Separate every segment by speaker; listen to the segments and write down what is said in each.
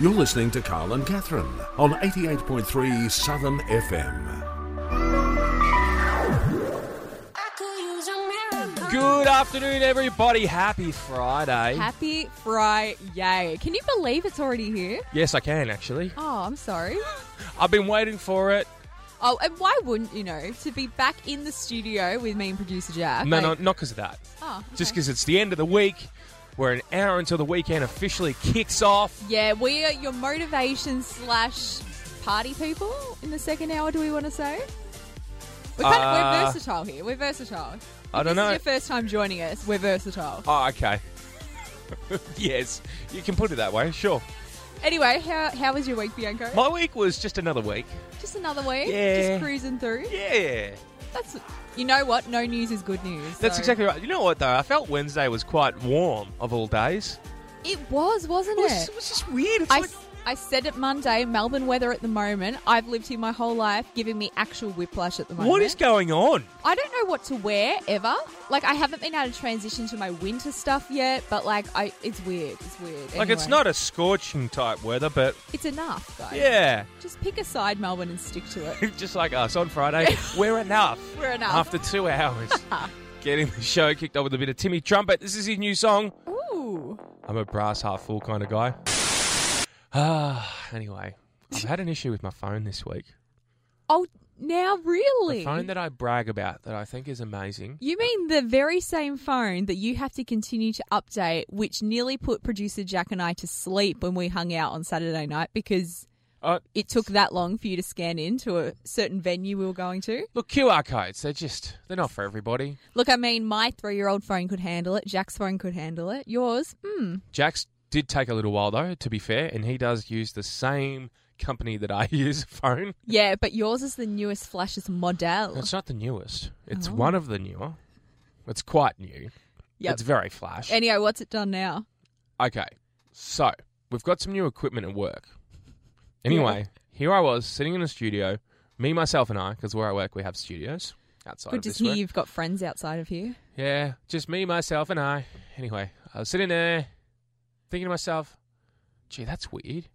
Speaker 1: You're listening to Carl and Catherine on 88.3 Southern FM.
Speaker 2: Good afternoon, everybody. Happy Friday.
Speaker 3: Happy Friday. Can you believe it's already here?
Speaker 2: yes, I can actually.
Speaker 3: Oh, I'm sorry.
Speaker 2: I've been waiting for it.
Speaker 3: Oh, and why wouldn't you know to be back in the studio with me and producer Jack?
Speaker 2: No, no,
Speaker 3: like-
Speaker 2: not because of that.
Speaker 3: Oh, okay.
Speaker 2: Just because it's the end of the week. We're an hour until the weekend officially kicks off.
Speaker 3: Yeah, we are your motivation slash party people in the second hour. Do we want to say? We're, kind of,
Speaker 2: Uh,
Speaker 3: we're versatile here. We're versatile.
Speaker 2: I don't
Speaker 3: If this
Speaker 2: know.
Speaker 3: Is your first time joining us? We're versatile.
Speaker 2: Oh, okay. yes, you can put it that way. Sure.
Speaker 3: Anyway, how how was your week, Bianco?
Speaker 2: My week was just another week.
Speaker 3: Just another week.
Speaker 2: Yeah.
Speaker 3: Just cruising through.
Speaker 2: Yeah,
Speaker 3: That's you know what? No news is good news.
Speaker 2: that's
Speaker 3: so-
Speaker 2: exactly right. You know what though? I felt Wednesday was quite warm of all days.
Speaker 3: It was, wasn't
Speaker 2: It
Speaker 3: it?
Speaker 2: was, it was just weird. It's
Speaker 3: I,
Speaker 2: like-
Speaker 3: s- I said it Monday, Melbourne weather at the moment. I've lived here my whole life, giving me actual whiplash at the moment.
Speaker 2: what is going on?
Speaker 3: I don't know what to wear ever. Like I haven't been able to transition to my winter stuff yet, but like I, it's weird. It's weird.
Speaker 2: Like it's
Speaker 3: Anyway,
Speaker 2: not a scorching type weather, but
Speaker 3: It's enough, guys.
Speaker 2: yeah.
Speaker 3: Just pick a side, Melbourne, and stick to it.
Speaker 2: just like us on Friday, we're enough.
Speaker 3: We're enough.
Speaker 2: After two hours, getting the show kicked off with a bit of Timmy Trumpet. This is his new song.
Speaker 3: Ooh.
Speaker 2: I'm a brass half full kind of guy. Ah, anyway, I've had an issue with my phone this week.
Speaker 3: Oh, now
Speaker 2: The
Speaker 3: really?
Speaker 2: phone that I brag about that I think is amazing.
Speaker 3: you mean the very same phone that you have to continue to update, which nearly put producer Jack and I to sleep when we hung out on Saturday night because
Speaker 2: Uh,
Speaker 3: it took that long for you to scan into a certain venue we were going to.
Speaker 2: look, QR codes, they're just, they're not for everybody.
Speaker 3: Look, I mean, my three year old phone could handle it. Jack's phone could handle it. Yours? Hmm.
Speaker 2: Jax did take a little while though, to be fair, and he does use the same company that I use a phone.
Speaker 3: Yeah, but yours is the newest, flashest model.
Speaker 2: It's not the newest. It's
Speaker 3: Oh.
Speaker 2: one of the newer. It's quite new.
Speaker 3: Yep.
Speaker 2: It's very flash.
Speaker 3: Anyway, what's it done now?
Speaker 2: Okay, so we've got some new equipment at work. Anyway, here I was sitting in a studio, me, myself, and I, because where I work we have studios outside
Speaker 3: Good
Speaker 2: of
Speaker 3: to
Speaker 2: this
Speaker 3: hear
Speaker 2: work.
Speaker 3: you've got friends outside of here.
Speaker 2: Yeah, just me, myself, and I. Anyway, I was sitting there thinking to myself, gee, that's weird.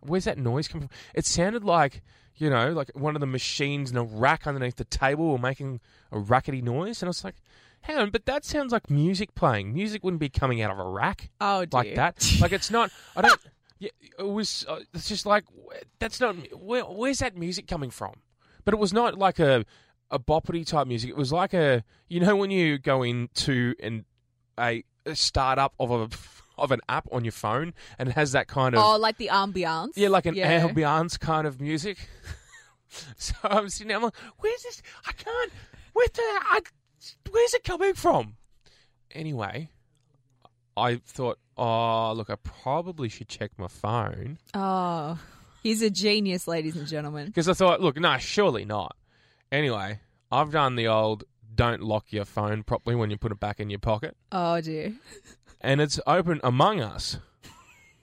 Speaker 2: Where's that noise coming from? It sounded like, you know, like one of the machines in a rack underneath the table were making a rackety noise. And I was like, hang on, but that sounds like music playing. Music wouldn't be coming out of a rack
Speaker 3: Oh, dear.
Speaker 2: like that. Like it's not. I don't. Yeah, it was. Uh, it's just like wh- that's not. Where, where's that music coming from? But it was not like a a boppity type music. It was like a you know when you go into an a, a startup of a of an app on your phone and it has that kind of
Speaker 3: Oh, like the ambiance?
Speaker 2: yeah like an
Speaker 3: Yeah.
Speaker 2: ambiance kind of music. so I'm sitting there. I'm like, where's this? I can't. Where the? I, where's it coming from? Anyway, I thought, oh, look, I probably should check my phone.
Speaker 3: Oh, he's a genius, ladies and gentlemen.
Speaker 2: Because I thought, look, no, surely not. Anyway, I've done the old don't lock your phone properly when you put it back in your pocket.
Speaker 3: Oh, dear.
Speaker 2: And it's open among us.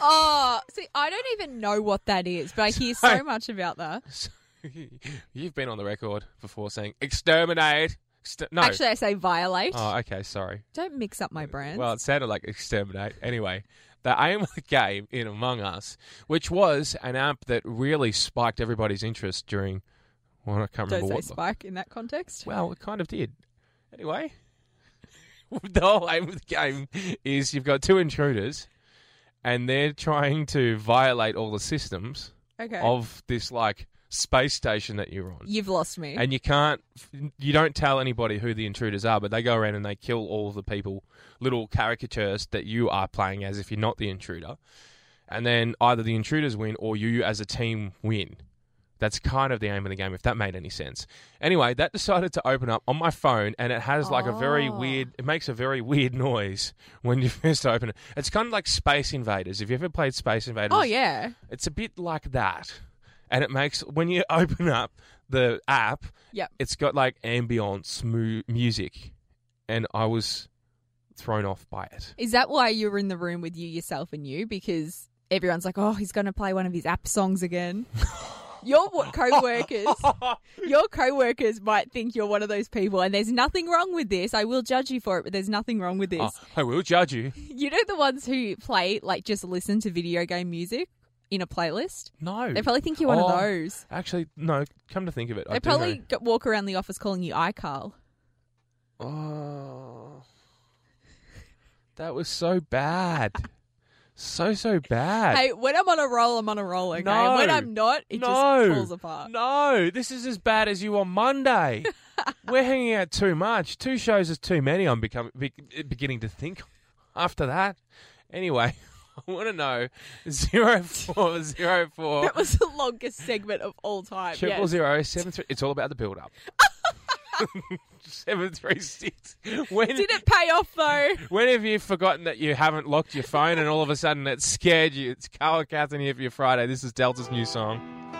Speaker 3: Oh, see, I don't even know what that is, but I hear so much about that.
Speaker 2: You've been on the record before saying exterminate. Exter- no.
Speaker 3: Actually, I say violate.
Speaker 2: oh, okay, sorry.
Speaker 3: Don't mix up my brands.
Speaker 2: Well, it sounded like exterminate. Anyway, the aim of the game in Among Us, which was an app that really spiked everybody's interest during. Well, I can't
Speaker 3: Don't
Speaker 2: remember
Speaker 3: say
Speaker 2: what.
Speaker 3: spike in that context.
Speaker 2: Well, it kind of did. Anyway, the whole aim of the game is you've got two intruders, and they're trying to violate all the systems
Speaker 3: Okay.
Speaker 2: of this like space station that you're on.
Speaker 3: You've lost me.
Speaker 2: And you can't, you don't tell anybody who the intruders are, but they go around and they kill all of the people, little caricatures that you are playing as if you're not the intruder. And then either the intruders win or you as a team win. That's kind of the aim of the game, if that made any sense. Anyway, that decided to open up on my phone and it has like a very
Speaker 3: Oh.
Speaker 2: weird, it makes a very weird noise when you first open it. It's kind of like Space Invaders. If you ever played Space Invaders,
Speaker 3: oh yeah.
Speaker 2: it's a bit like that. And it makes, when you open up the app,
Speaker 3: Yep.
Speaker 2: it's got like ambience mu- music, and I was thrown off by it.
Speaker 3: Is that why you were in the room with you yourself and you because everyone's like, "Oh, he's going to play one of his app songs again." Your wo- co-workers, your co-workers might think you're one of those people and there's nothing wrong with this. I will judge you for it, but there's nothing wrong with this.
Speaker 2: Oh, I Uh, will judge you.
Speaker 3: You know the ones who play like just listen to video game music in a playlist.
Speaker 2: No.
Speaker 3: They probably think you're one
Speaker 2: Oh,
Speaker 3: of those.
Speaker 2: Actually, no. Come to think of it, I
Speaker 3: They
Speaker 2: do
Speaker 3: probably go- walk around the office calling you iCarl.
Speaker 2: know. Oh, that was so bad, so so bad.
Speaker 3: Hey, when I'm on a roll, I'm on a roll, okay?
Speaker 2: No.
Speaker 3: When I'm not, it
Speaker 2: No.
Speaker 3: just falls apart.
Speaker 2: No, this is as bad as you on Monday. We're hanging out too much. Two shows is too many. I'm becoming be, beginning to think after that. Anyway, I want to know zero four zero four
Speaker 3: That was the longest segment of all time.
Speaker 2: triple
Speaker 3: yes.
Speaker 2: zero seven three. It's all about the build up. seven three six. When
Speaker 3: Did it pay off though?
Speaker 2: when have you forgotten that you haven't locked your phone and all of a sudden it scared you? It's Carl Catherine here for your Friday. This is Delta's new song.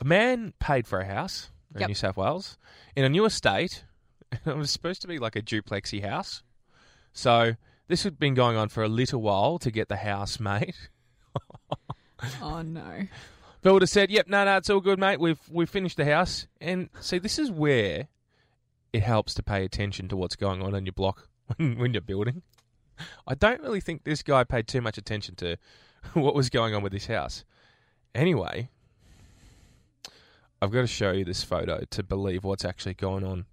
Speaker 2: A man paid for a house in
Speaker 3: Yep.
Speaker 2: New South Wales in a new estate. It was supposed to be like a duplexy house. So this had been going on for a little while to get the house made.
Speaker 3: Oh no.
Speaker 2: Phil would have said, "Yep, no, no, it's all good, mate. We've we've finished the house." And see, this is where it helps to pay attention to what's going on in your block when, when you're building. I don't really think this guy paid too much attention to what was going on with this house. Anyway, I've got to show you this photo to believe what's actually going on,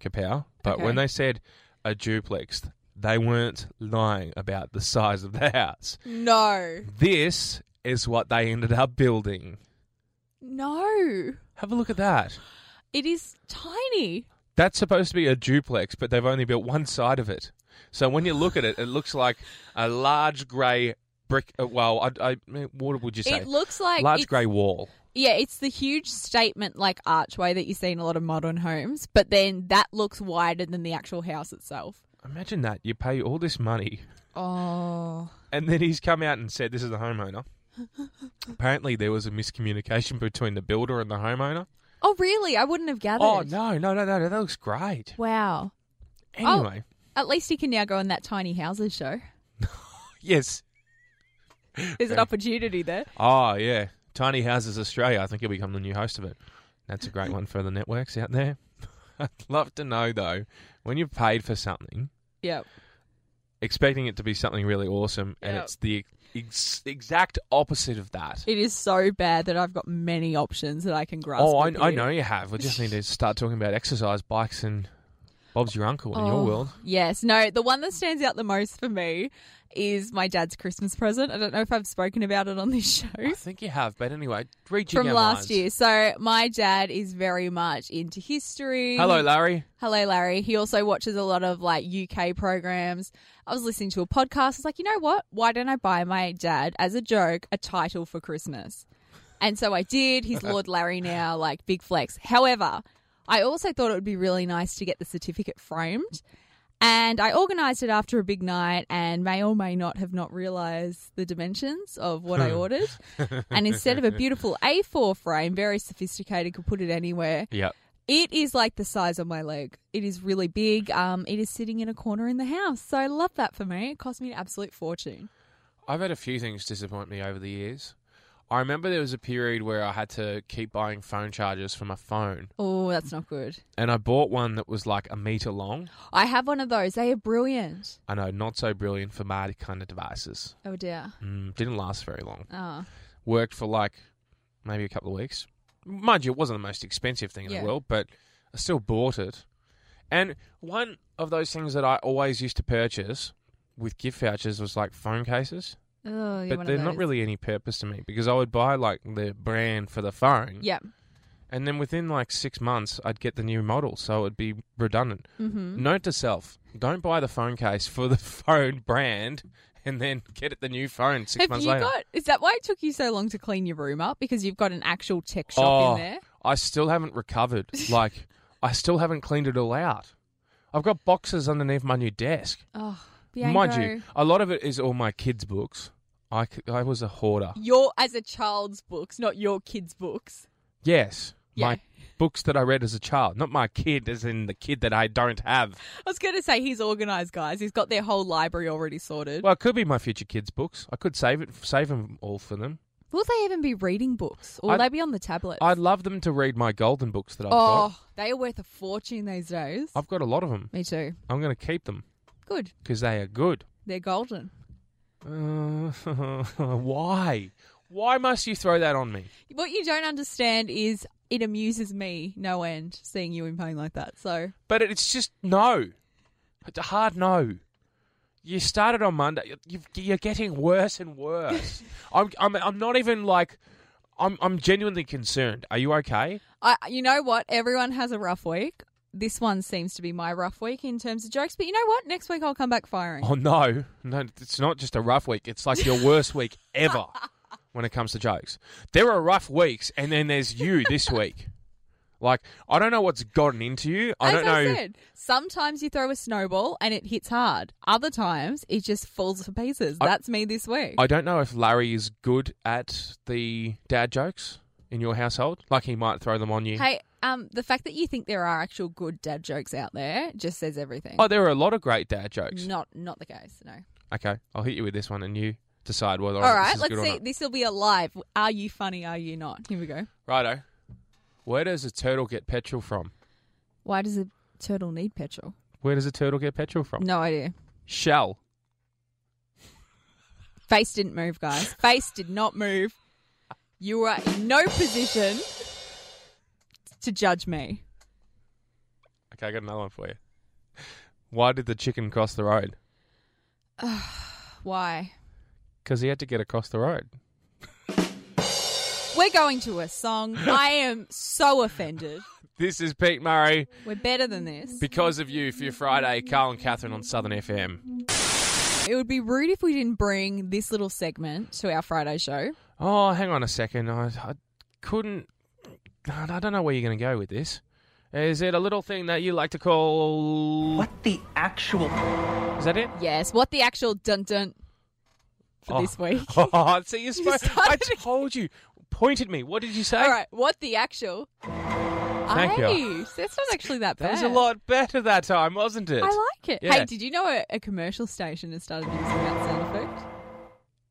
Speaker 2: Kapow. But
Speaker 3: Okay.
Speaker 2: when they said a duplex, they weren't lying about the size of the house.
Speaker 3: No.
Speaker 2: This is what they ended up building.
Speaker 3: No.
Speaker 2: Have a look at that.
Speaker 3: It is tiny.
Speaker 2: That's supposed to be a duplex, but they've only built one side of it. So when you look at it, it looks like a large grey brick. uh, Well, I, I, what would you say?
Speaker 3: It looks like
Speaker 2: large
Speaker 3: it's-
Speaker 2: grey wall.
Speaker 3: Yeah, it's the huge statement like archway that you see in a lot of modern homes, but then that looks wider than the actual house itself.
Speaker 2: Imagine that. You pay all this money,
Speaker 3: Oh.
Speaker 2: and then he's come out and said, "This is the homeowner." Apparently, there was a miscommunication between the builder and the homeowner.
Speaker 3: Oh really? I wouldn't have gathered.
Speaker 2: Oh no, no, no, no! no, That looks great.
Speaker 3: Wow. Oh.
Speaker 2: Anyway,
Speaker 3: At least you can now go on that tiny houses show.
Speaker 2: yes.
Speaker 3: There's an opportunity there.
Speaker 2: Oh yeah, Tiny Houses Australia. I think he'll become the new host of it. That's a great one for the networks out there. I'd love to know though, when you've paid for something,
Speaker 3: Yep.
Speaker 2: expecting it to be something really awesome, and
Speaker 3: Yep.
Speaker 2: it's the ex- exact opposite of that.
Speaker 3: It is so bad that I've got many options that I can grasp.
Speaker 2: Oh, I,
Speaker 3: with
Speaker 2: I
Speaker 3: you.
Speaker 2: know you have. We just need to start talking about exercise bikes and Bob's your uncle in
Speaker 3: Oh.
Speaker 2: your world.
Speaker 3: Yes. No, the one that stands out the most for me is my dad's Christmas present. I don't know if I've spoken about it on this show.
Speaker 2: I think you have, but anyway, reaching
Speaker 3: From
Speaker 2: our
Speaker 3: last
Speaker 2: minds.
Speaker 3: year. So my dad is very much into history.
Speaker 2: Hello, Larry.
Speaker 3: Hello, Larry. He also watches a lot of like UK programs. I was listening to a podcast. I was like, you know what? Why don't I buy my dad, as a joke, a title for Christmas? And so I did. He's Lord Larry now, like big flex. However, I also thought it would be really nice to get the certificate framed. And I organised it after a big night and may or may not have not realised the dimensions of what I ordered. and instead of a beautiful A4 frame, very sophisticated, could put it anywhere,
Speaker 2: Yep.
Speaker 3: it is like the size of my leg. It is really big. Um, it is sitting in a corner in the house. So I love that for me. It cost me an absolute fortune.
Speaker 2: I've had a few things disappoint me over the years. I remember there was a period where I had to keep buying phone chargers for my phone,
Speaker 3: Oh, that's not good.
Speaker 2: and I bought one that was like a meter long.
Speaker 3: I have one of those. They are brilliant.
Speaker 2: I know, not so brilliant for my kind of devices.
Speaker 3: Oh dear.
Speaker 2: Mm, didn't last very long.
Speaker 3: Oh,
Speaker 2: Worked for like maybe a couple of weeks. Mind you, it wasn't the most expensive thing in
Speaker 3: Yeah.
Speaker 2: the world, but I still bought it. And one of those things that I always used to purchase with gift vouchers was like phone cases.
Speaker 3: oh, you're
Speaker 2: but
Speaker 3: one
Speaker 2: they're
Speaker 3: of
Speaker 2: not
Speaker 3: those.
Speaker 2: really any purpose to me because I would buy like the brand for the phone,
Speaker 3: Yeah.
Speaker 2: and then within like six months I'd get the new model, so it'd be redundant.
Speaker 3: Mm-hmm.
Speaker 2: Note to self: don't buy the phone case for the phone brand, and then get it the new phone six
Speaker 3: Have
Speaker 2: months
Speaker 3: you
Speaker 2: later.
Speaker 3: got? Is that why it took you so long to clean your room up? Because you've got an actual tech shop
Speaker 2: Oh.
Speaker 3: in there.
Speaker 2: I still haven't recovered. like I still haven't cleaned it all out. I've got boxes underneath my new desk.
Speaker 3: Oh, Bianco.
Speaker 2: Mind you, a lot of it is all my kids' books. I, c- I was a hoarder.
Speaker 3: your as a child's books, not your kids' books.
Speaker 2: Yes.
Speaker 3: Yeah.
Speaker 2: My books that I read as a child, not my kid, as in the kid that I don't have.
Speaker 3: I was going to say he's organised, guys. He's got their whole library already sorted.
Speaker 2: Well, it could be my future kids' books. I could save it, save them all for them.
Speaker 3: Will they even be reading books, or will
Speaker 2: I'd-
Speaker 3: they be on the tablets?
Speaker 2: I'd love them to read my golden books that I've got.
Speaker 3: oh, they are worth a fortune these days.
Speaker 2: I've got a lot of them.
Speaker 3: Me too.
Speaker 2: I'm going to keep them
Speaker 3: Good.
Speaker 2: because they are good.
Speaker 3: They're golden.
Speaker 2: Uh, why? Why must you throw that on me?
Speaker 3: What you don't understand is it amuses me no end seeing you in pain like that. So
Speaker 2: But it's just no. It's a hard no. You started on Monday. You've, you're getting worse and worse. I'm, I'm, I'm not even like, I'm, I'm genuinely concerned. Are you okay?
Speaker 3: I, you know what? Everyone has a rough week. This one seems to be my rough week in terms of jokes, but you know what? Next week I'll come back firing.
Speaker 2: Oh no, no, it's not just a rough week. It's like your worst week ever when it comes to jokes. There are rough weeks, and then there's you this week. Like I don't know what's gotten into you. I
Speaker 3: As
Speaker 2: don't
Speaker 3: I
Speaker 2: know.
Speaker 3: said, sometimes you throw a snowball and it hits hard. Other times it just falls to pieces.
Speaker 2: I-
Speaker 3: That's me this week.
Speaker 2: I don't know if Larry is good at the dad jokes in your household. Like he might throw them on you.
Speaker 3: hey, um, the fact that you think there are actual good dad jokes out there just says everything.
Speaker 2: Oh, there are a lot of great dad jokes.
Speaker 3: not not the case. No.
Speaker 2: Okay, I'll hit you with this one, and you decide whether
Speaker 3: All
Speaker 2: this
Speaker 3: right,
Speaker 2: is
Speaker 3: let's
Speaker 2: good
Speaker 3: see.
Speaker 2: or not.
Speaker 3: This will be a live. Are you funny? Are you not? Here we go.
Speaker 2: Righto. Where does a turtle get petrol from?
Speaker 3: Why does a turtle need petrol?
Speaker 2: Where does a turtle get petrol from?
Speaker 3: No idea.
Speaker 2: Shell.
Speaker 3: Face didn't move, guys. Face did not move. You are in no position to judge me.
Speaker 2: Okay, I got another one for you. Why did the chicken cross the road?
Speaker 3: Why?
Speaker 2: Because he had to get across the road.
Speaker 3: We're going to a song. I am so offended.
Speaker 2: This is Pete Murray.
Speaker 3: We're better than this.
Speaker 2: Because of you, for your Friday, Carl and Catherine on Southern FM.
Speaker 3: It would be rude if we didn't bring this little segment to our Friday show.
Speaker 2: Oh, hang on a second. I, I couldn't. God, I don't know where you're going to go with this. Is it a little thing that you like to call?
Speaker 4: What the actual?
Speaker 5: Oh.
Speaker 2: is that it?
Speaker 3: Yes, what the actual dun dun for
Speaker 2: Oh.
Speaker 3: this week?
Speaker 2: Oh, see, you're supposed. I
Speaker 3: started again.
Speaker 2: told you. Pointed me. What did you say?
Speaker 3: All right, what the actual?
Speaker 2: Thank you.
Speaker 3: Hey, That's not actually that
Speaker 2: That
Speaker 3: bad.
Speaker 2: was a lot better that time, wasn't it?
Speaker 3: I like it.
Speaker 2: Yeah.
Speaker 3: Hey, did you know a, a commercial station has started using that sound effect?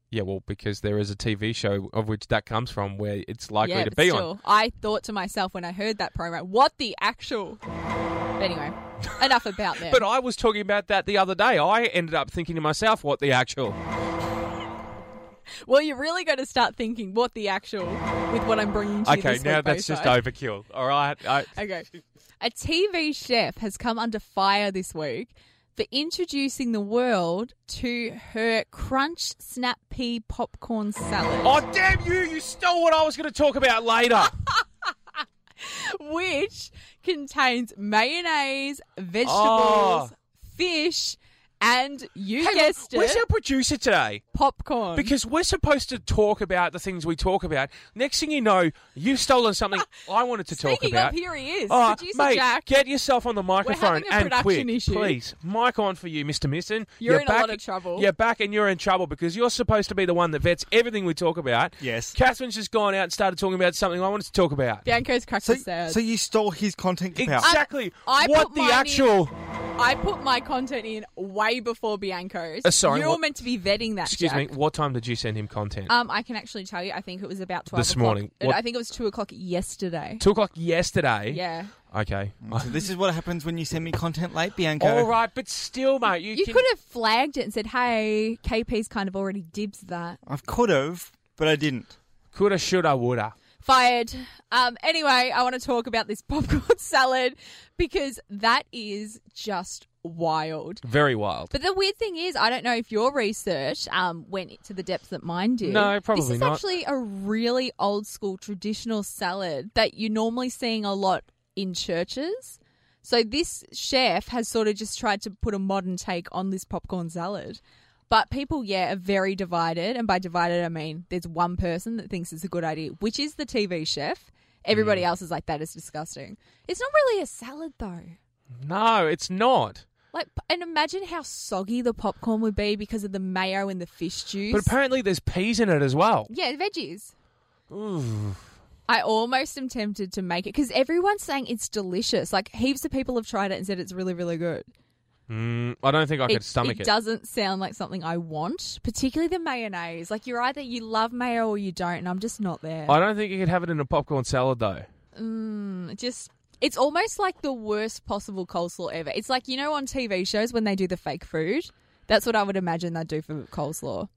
Speaker 2: yeah, well, because there is a TV show of which that comes from, where it's likely
Speaker 3: yeah,
Speaker 2: to
Speaker 3: but
Speaker 2: be on.
Speaker 3: still, I thought to myself when I heard that promo, what the actual? But anyway, enough about that.
Speaker 2: But I was talking about that the other day. I ended up thinking to myself, what the actual.
Speaker 3: well, you're really going to start thinking what the actual with what I'm bringing to you
Speaker 2: Okay,
Speaker 3: this
Speaker 2: now
Speaker 3: week,
Speaker 2: that's just
Speaker 3: Bayside.
Speaker 2: overkill. All right. I,
Speaker 3: Okay. A TV chef has come under fire this week for introducing the world to her crunch snap pea popcorn salad.
Speaker 2: oh, damn you. You stole what I was going to talk about later. Oh.
Speaker 3: which contains mayonnaise,
Speaker 2: Oh.
Speaker 3: vegetables, fish, and you
Speaker 2: Hang on,
Speaker 3: guessed
Speaker 2: Where's
Speaker 3: it, Um,
Speaker 2: our producer today?
Speaker 3: popcorn.
Speaker 2: Because we're supposed to talk about the things we talk about. Next thing you know, you've stolen something I wanted to talk
Speaker 3: Speaking
Speaker 2: about.
Speaker 3: of, here he is,
Speaker 2: Oh,
Speaker 3: producer
Speaker 2: mate,
Speaker 3: Jack.
Speaker 2: get yourself on the microphone
Speaker 3: having a
Speaker 2: and
Speaker 3: production
Speaker 2: quick,
Speaker 3: issue.
Speaker 2: please. Mic on for you, Mr. Misson.
Speaker 3: You're in a lot of trouble.
Speaker 2: You're back and you're in trouble because you're supposed to be the one that vets everything we talk about.
Speaker 5: Yes.
Speaker 2: Catherine's just gone out and started talking about something I wanted to talk about.
Speaker 3: Bianco's cracked
Speaker 5: So,
Speaker 3: us sad.
Speaker 5: so you stole his content power.
Speaker 2: Exactly.
Speaker 3: I- I
Speaker 2: what
Speaker 3: put
Speaker 2: the
Speaker 3: mine in-
Speaker 2: actual?
Speaker 3: I put my content in way before Bianco's.
Speaker 2: Uh, sorry,
Speaker 3: you're
Speaker 2: what-
Speaker 3: meant to be vetting that.
Speaker 2: Excuse
Speaker 3: Jack.
Speaker 2: me. What time did you send him content?
Speaker 3: Um, I can actually tell you. I think it was about twelve
Speaker 2: This
Speaker 3: o'clock.
Speaker 2: morning.
Speaker 3: And
Speaker 2: What-
Speaker 3: I think it was two o'clock yesterday.
Speaker 2: Two o'clock yesterday.
Speaker 3: Yeah,
Speaker 2: Okay.
Speaker 5: So this is what happens when you send me content late, Bianca.
Speaker 2: All right, but still, mate, you,
Speaker 3: you
Speaker 2: can-
Speaker 3: could have flagged it and said, "Hey, KP's kind of already dibs that."
Speaker 5: I could have, but I didn't.
Speaker 2: coulda, shoulda, woulda.
Speaker 3: Fired. Um, anyway, I want to talk about this popcorn salad because that is just wild.
Speaker 2: Very wild.
Speaker 3: But the weird thing is, I don't know if your research um, went to the depth that mine did.
Speaker 2: No,
Speaker 3: This
Speaker 2: probably
Speaker 3: is
Speaker 2: not.
Speaker 3: actually a really old school traditional salad that you're normally seeing a lot in churches. So this chef has sort of just tried to put a modern take on this popcorn salad. But people, yeah, are very divided. And by divided, I mean there's one person that thinks it's a good idea, which is the TV chef.
Speaker 2: Mm.
Speaker 3: Everybody else is like, that is disgusting. It's not really a salad, though.
Speaker 2: No, it's not.
Speaker 3: Like, and imagine how soggy the popcorn would be because of the mayo and the fish juice.
Speaker 2: But apparently, there's peas in it as well. Mm,
Speaker 3: yeah, veggies. I almost am tempted to make it because everyone's saying it's delicious. Like, heaps of people have tried it and said it's really, really good.
Speaker 2: Mm, I don't think I could stomach it.
Speaker 3: doesn't sound like something I want, particularly the mayonnaise. Like, you're either you love mayo or you don't, and I'm just not there.
Speaker 2: I don't think you could have it in a popcorn salad though.
Speaker 3: It just. It's almost like the worst possible coleslaw ever. It's like, you know, on TV shows when they do the fake food, that's what I would imagine they'd do for coleslaw.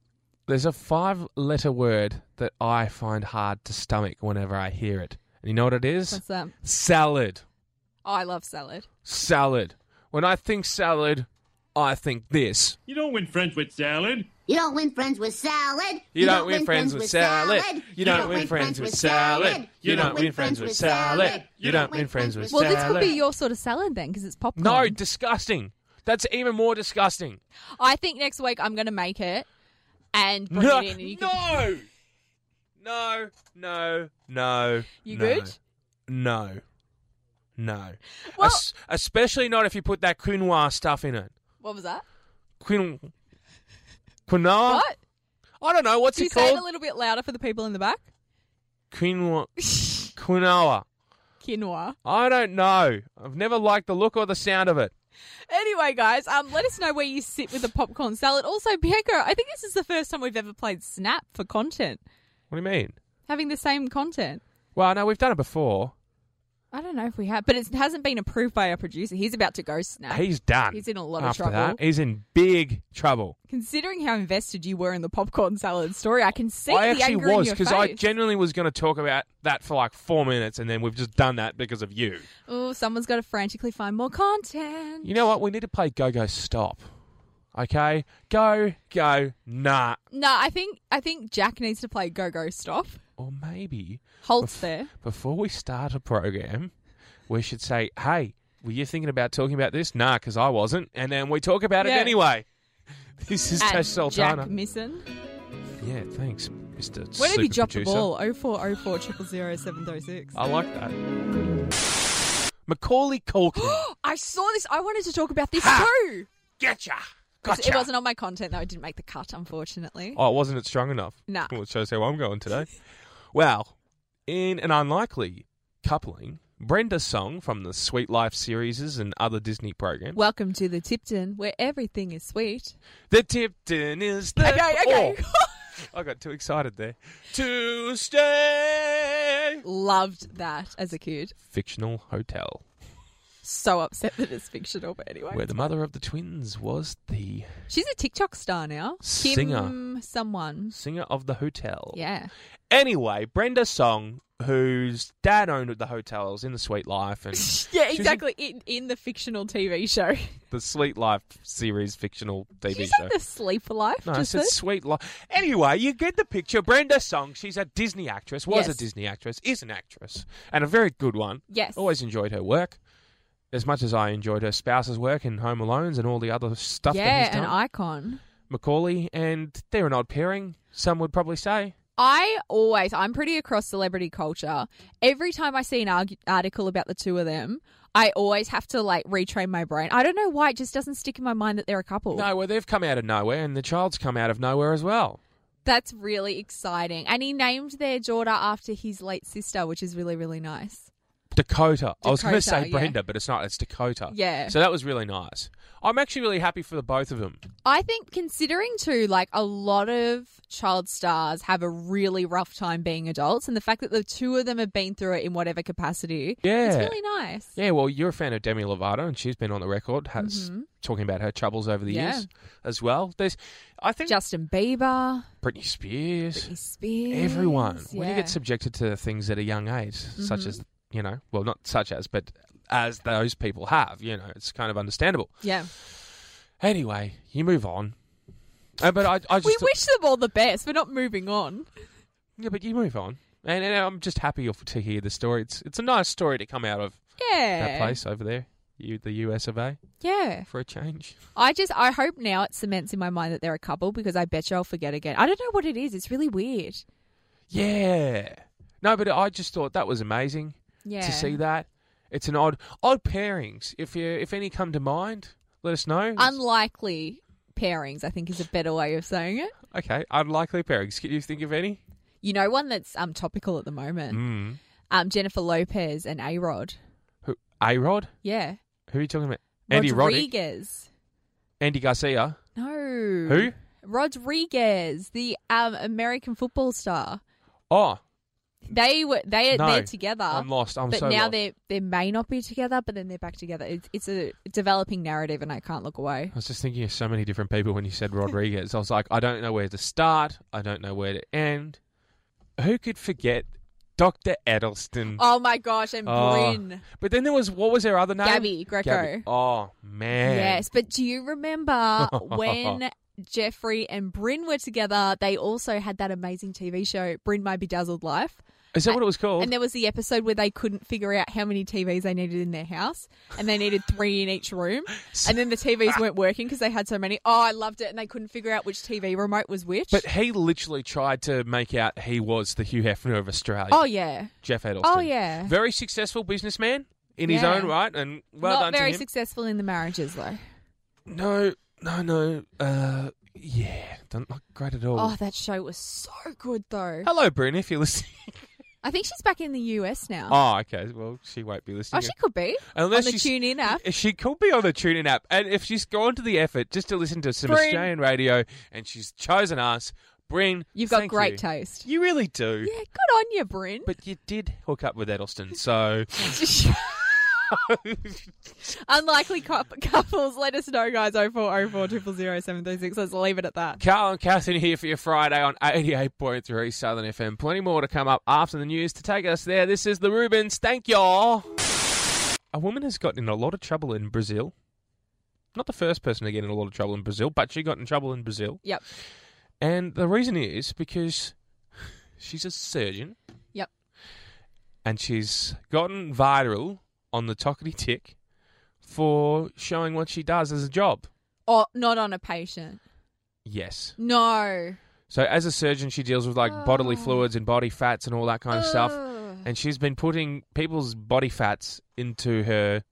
Speaker 2: There's a five letter word that I find hard to stomach whenever I hear it. And you know what it is?
Speaker 3: What's that?
Speaker 2: Salad.
Speaker 3: Oh, I love salad.
Speaker 2: Salad. When I think salad, I think this.
Speaker 4: You don't win friends with salad.
Speaker 6: You don't win friends with salad.
Speaker 2: You don't win friends with salad. You don't win friends with salad. You don't win friends with salad. You don't win friends with
Speaker 3: Well, this could
Speaker 2: Salad.
Speaker 3: be your sort of salad then, because it's popcorn.
Speaker 2: No, disgusting. That's even more disgusting.
Speaker 3: I think next week I'm going to make it and bring
Speaker 2: No,
Speaker 3: it in. And you can-
Speaker 2: no, no, no, no.
Speaker 3: You
Speaker 2: no.
Speaker 3: good?
Speaker 2: No, no.
Speaker 3: Well-
Speaker 2: Es- especially not if you put that quinoa stuff in it.
Speaker 3: What was that?
Speaker 2: Quin- quinoa.
Speaker 3: what?
Speaker 2: I don't know what's
Speaker 3: Do you
Speaker 2: it
Speaker 3: say it a
Speaker 2: Uh, called.
Speaker 3: little bit louder for the people in the back?
Speaker 2: Quinoa. quinoa.
Speaker 3: Quinoa.
Speaker 2: I don't know. I've never liked the look or the sound of it.
Speaker 3: Anyway, guys, um, let us know where you sit with the popcorn salad. Also, Bianca, I think this is the first time we've ever played Snap for content,
Speaker 2: What do you mean?
Speaker 3: having the same content.
Speaker 2: Well, no, we've done it before.
Speaker 3: I don't know if we have, but it hasn't been approved by our producer. He's about to go Snap.
Speaker 2: He's done.
Speaker 3: He's in a lot of
Speaker 2: after
Speaker 3: trouble.
Speaker 2: That. He's in big trouble.
Speaker 3: Considering how invested you were in the popcorn salad story, I can see
Speaker 2: I
Speaker 3: the
Speaker 2: actually
Speaker 3: anger
Speaker 2: was
Speaker 3: in your face.
Speaker 2: I genuinely was going to talk about that for like four minutes, and then we've just done that because of you.
Speaker 3: oh, someone's got to frantically find more content.
Speaker 2: You know what? We need to play Go Go Stop. Okay, go go nah.
Speaker 3: No, I think I think Jack needs to play Go Go Stop.
Speaker 2: Or maybe
Speaker 3: Holt's
Speaker 2: Oof.
Speaker 3: there.
Speaker 2: before we start a program, we should say, "Hey, were you thinking about talking about this?" Nah, because I wasn't, and then we talk about
Speaker 3: Yeah.
Speaker 2: it anyway. This is Tash
Speaker 3: At
Speaker 2: Sultana.
Speaker 3: Jack Misson.
Speaker 2: yeah, thanks, Mister.
Speaker 3: When did he drop the ball? 0404 000 7006.
Speaker 2: I like that. Macaulay Culkin.
Speaker 3: I saw this. I wanted to talk about this
Speaker 2: Ha!
Speaker 3: too.
Speaker 2: Getcha.
Speaker 3: It wasn't on my content though. It didn't make the cut, unfortunately.
Speaker 2: Oh, wasn't it strong enough?
Speaker 3: Nah.
Speaker 2: Well, it shows how I'm going today. well, in an unlikely coupling, Brenda's song from the Sweet Life series and other Disney programs.
Speaker 3: Welcome to the Tipton, where everything is sweet.
Speaker 2: the Tipton is the.
Speaker 3: Okay, okay.
Speaker 2: Oh, I got too excited there. To stay.
Speaker 3: Loved that as a kid.
Speaker 2: Fictional hotel
Speaker 3: So upset that it's fictional, but anyway.
Speaker 2: where the mother of the twins was the
Speaker 3: She's a TikTok star now.
Speaker 2: Singer.
Speaker 3: Kim someone.
Speaker 2: singer of the hotel.
Speaker 3: Yeah.
Speaker 2: Anyway, Brenda Song, whose dad owned the hotels in the Sweet Life and
Speaker 3: Yeah,
Speaker 2: She's a-
Speaker 3: exactly. In, in the fictional TV show.
Speaker 2: the Sweet Life series fictional TV
Speaker 3: She's
Speaker 2: show.
Speaker 3: like the sleeper life.
Speaker 2: No,
Speaker 3: just
Speaker 2: it's a
Speaker 3: said.
Speaker 2: sweet life. Anyway, you get the picture. Brenda Song, she's a Disney actress, was a
Speaker 3: Yes.
Speaker 2: Disney actress, is an actress, and a very good one.
Speaker 3: Yes.
Speaker 2: Always enjoyed her work, as much as I enjoyed her spouse's work in Home Alone's and all the other stuff that he's
Speaker 3: yeah,
Speaker 2: done.
Speaker 3: an icon.
Speaker 2: Macaulay, and they're an odd pairing, some would probably say.
Speaker 3: I always, I'm pretty across celebrity culture. Every time I see an arg- article about the two of them, I always have to like retrain my brain. I don't know why it just doesn't stick in my mind that they're a couple.
Speaker 2: No, well, they've come out of nowhere, and the child's come out of nowhere as well.
Speaker 3: That's really exciting. And he named their daughter after his late sister, which is really, really nice.
Speaker 2: Dakota. I was going to
Speaker 3: Dakota,
Speaker 2: say
Speaker 3: yeah.
Speaker 2: Brenda, but it's not. It's Dakota.
Speaker 3: Yeah.
Speaker 2: So that was really nice. I'm actually really happy for the both of them.
Speaker 3: I think considering too, like a lot of child stars have a really rough time being adults, and the fact that the two of them have been through it in whatever capacity, it's
Speaker 2: Yeah.
Speaker 3: really nice.
Speaker 2: Yeah, well, you're a fan of Demi Lovato, and she's been on the record has talking about her troubles over the
Speaker 3: Mm-hmm. Yeah.
Speaker 2: years as well. There's, I think,
Speaker 3: Justin Bieber,
Speaker 2: Britney Spears,
Speaker 3: Britney Spears,
Speaker 2: everyone. When you
Speaker 3: yeah. Mm-hmm.
Speaker 2: get subjected to things at a young age, such as you know, well, not such as, but as those people have, you know, it's kind of understandable.
Speaker 3: yeah.
Speaker 2: Anyway, you move on. Uh, but I, I just
Speaker 3: we wish them all the best. We're not moving on.
Speaker 2: yeah, but you move on, and, and I'm just happy to hear the story. It's it's a nice story to come out of
Speaker 3: Yeah.
Speaker 2: that place over there, you the U.S. of A.
Speaker 3: Yeah.
Speaker 2: for a change.
Speaker 3: I just, I hope now it cements in my mind that they're a couple because I bet you I'll forget again. I don't know what it is. It's really weird.
Speaker 2: Yeah. No, but I just thought that was amazing
Speaker 3: Yeah.
Speaker 2: to see that. It's an odd odd pairings. If you if any come to mind, let us know.
Speaker 3: Unlikely pairings, I think, is a better way of saying it.
Speaker 2: okay, unlikely pairings. Can you think of any?
Speaker 3: You know, one that's um topical at the moment
Speaker 2: Mm.
Speaker 3: um Jennifer Lopez and A Rod.
Speaker 2: Who? A Rod?
Speaker 3: Yeah.
Speaker 2: Who are you talking about? Andy Roddick.
Speaker 3: Rodriguez.
Speaker 2: Andy Garcia.
Speaker 3: No.
Speaker 2: Who?
Speaker 3: Rodriguez, the um American football star.
Speaker 2: Oh,
Speaker 3: They were they
Speaker 2: No,
Speaker 3: they're together,
Speaker 2: I'm lost. I'm
Speaker 3: but
Speaker 2: so
Speaker 3: now
Speaker 2: lost.
Speaker 3: they they may not be together, but then they're back together. It's, it's a developing narrative, and I can't look away.
Speaker 2: I was just thinking of so many different people when you said Rodriguez. I was like, I don't know where to start. I don't know where to end. Who could forget Dr. Edelston?
Speaker 3: Oh my gosh, and
Speaker 2: Oh,
Speaker 3: Bryn,
Speaker 2: But then there was, what was her other name?
Speaker 3: Gabby Greco.
Speaker 2: Gabby. Oh, man.
Speaker 3: Yes, but do you remember when Jeffrey and Bryn were together? They also had that amazing TV show, Bryn My Bedazzled Life.
Speaker 2: Is that what it was called?
Speaker 3: And there was the episode where they couldn't figure out how many TVs they needed in their house, and they needed three in each room. And then the TVs weren't working because they had so many. Oh, I loved it, and they couldn't figure out which TV remote was which.
Speaker 2: but he literally tried to make out he was the Hugh Hefner of Australia.
Speaker 3: oh yeah,
Speaker 2: Jeff Edelston.
Speaker 3: oh yeah.
Speaker 2: Very successful businessman in his
Speaker 3: Yeah.
Speaker 2: own right. And well
Speaker 3: Not
Speaker 2: done
Speaker 3: very
Speaker 2: to him.
Speaker 3: successful in the marriages though.
Speaker 2: no, no, no. Uh, yeah. Don't look great at all.
Speaker 3: Oh, that show was so good though.
Speaker 2: Hello, Bryn, if you're listening.
Speaker 3: I think she's back in the US now.
Speaker 2: Oh, okay. Well, she won't be listening.
Speaker 3: Oh, she could be
Speaker 2: Unless
Speaker 3: on the
Speaker 2: she's-
Speaker 3: TuneIn app.
Speaker 2: She could be on the TuneIn app, and if she's gone to the effort just to listen to some
Speaker 3: Bryn.
Speaker 2: Australian radio, and she's chosen us, Bryn,
Speaker 3: You've got
Speaker 2: thank
Speaker 3: great
Speaker 2: you.
Speaker 3: taste.
Speaker 2: You really do.
Speaker 3: Yeah, good on you, Bryn.
Speaker 2: But you did hook up with Edelston, so
Speaker 3: Unlikely cou- couples. Let us know, guys. Oh four oh four triple zero seven three six. Let's leave it at that.
Speaker 2: Carl and Catherine here for your Friday on 88.3 Southern FM. Plenty more to come up after the news to take us there. This is the Rubens. Thank y'all. A woman has gotten in a lot of trouble in Brazil. Not the first person to get in a lot of trouble in Brazil, but she got in trouble in Brazil.
Speaker 3: Yep.
Speaker 2: And the reason is because she's a surgeon.
Speaker 3: Yep.
Speaker 2: And she's gotten viral on the Tockety Tick for showing what she does as a job.
Speaker 3: Or Oh, not on a patient.
Speaker 2: Yes.
Speaker 3: No.
Speaker 2: So as a surgeon, she deals with like bodily
Speaker 3: Oh.
Speaker 2: fluids and body fats and all that kind of stuff.
Speaker 3: Ugh.
Speaker 2: And she's been putting people's body fats into her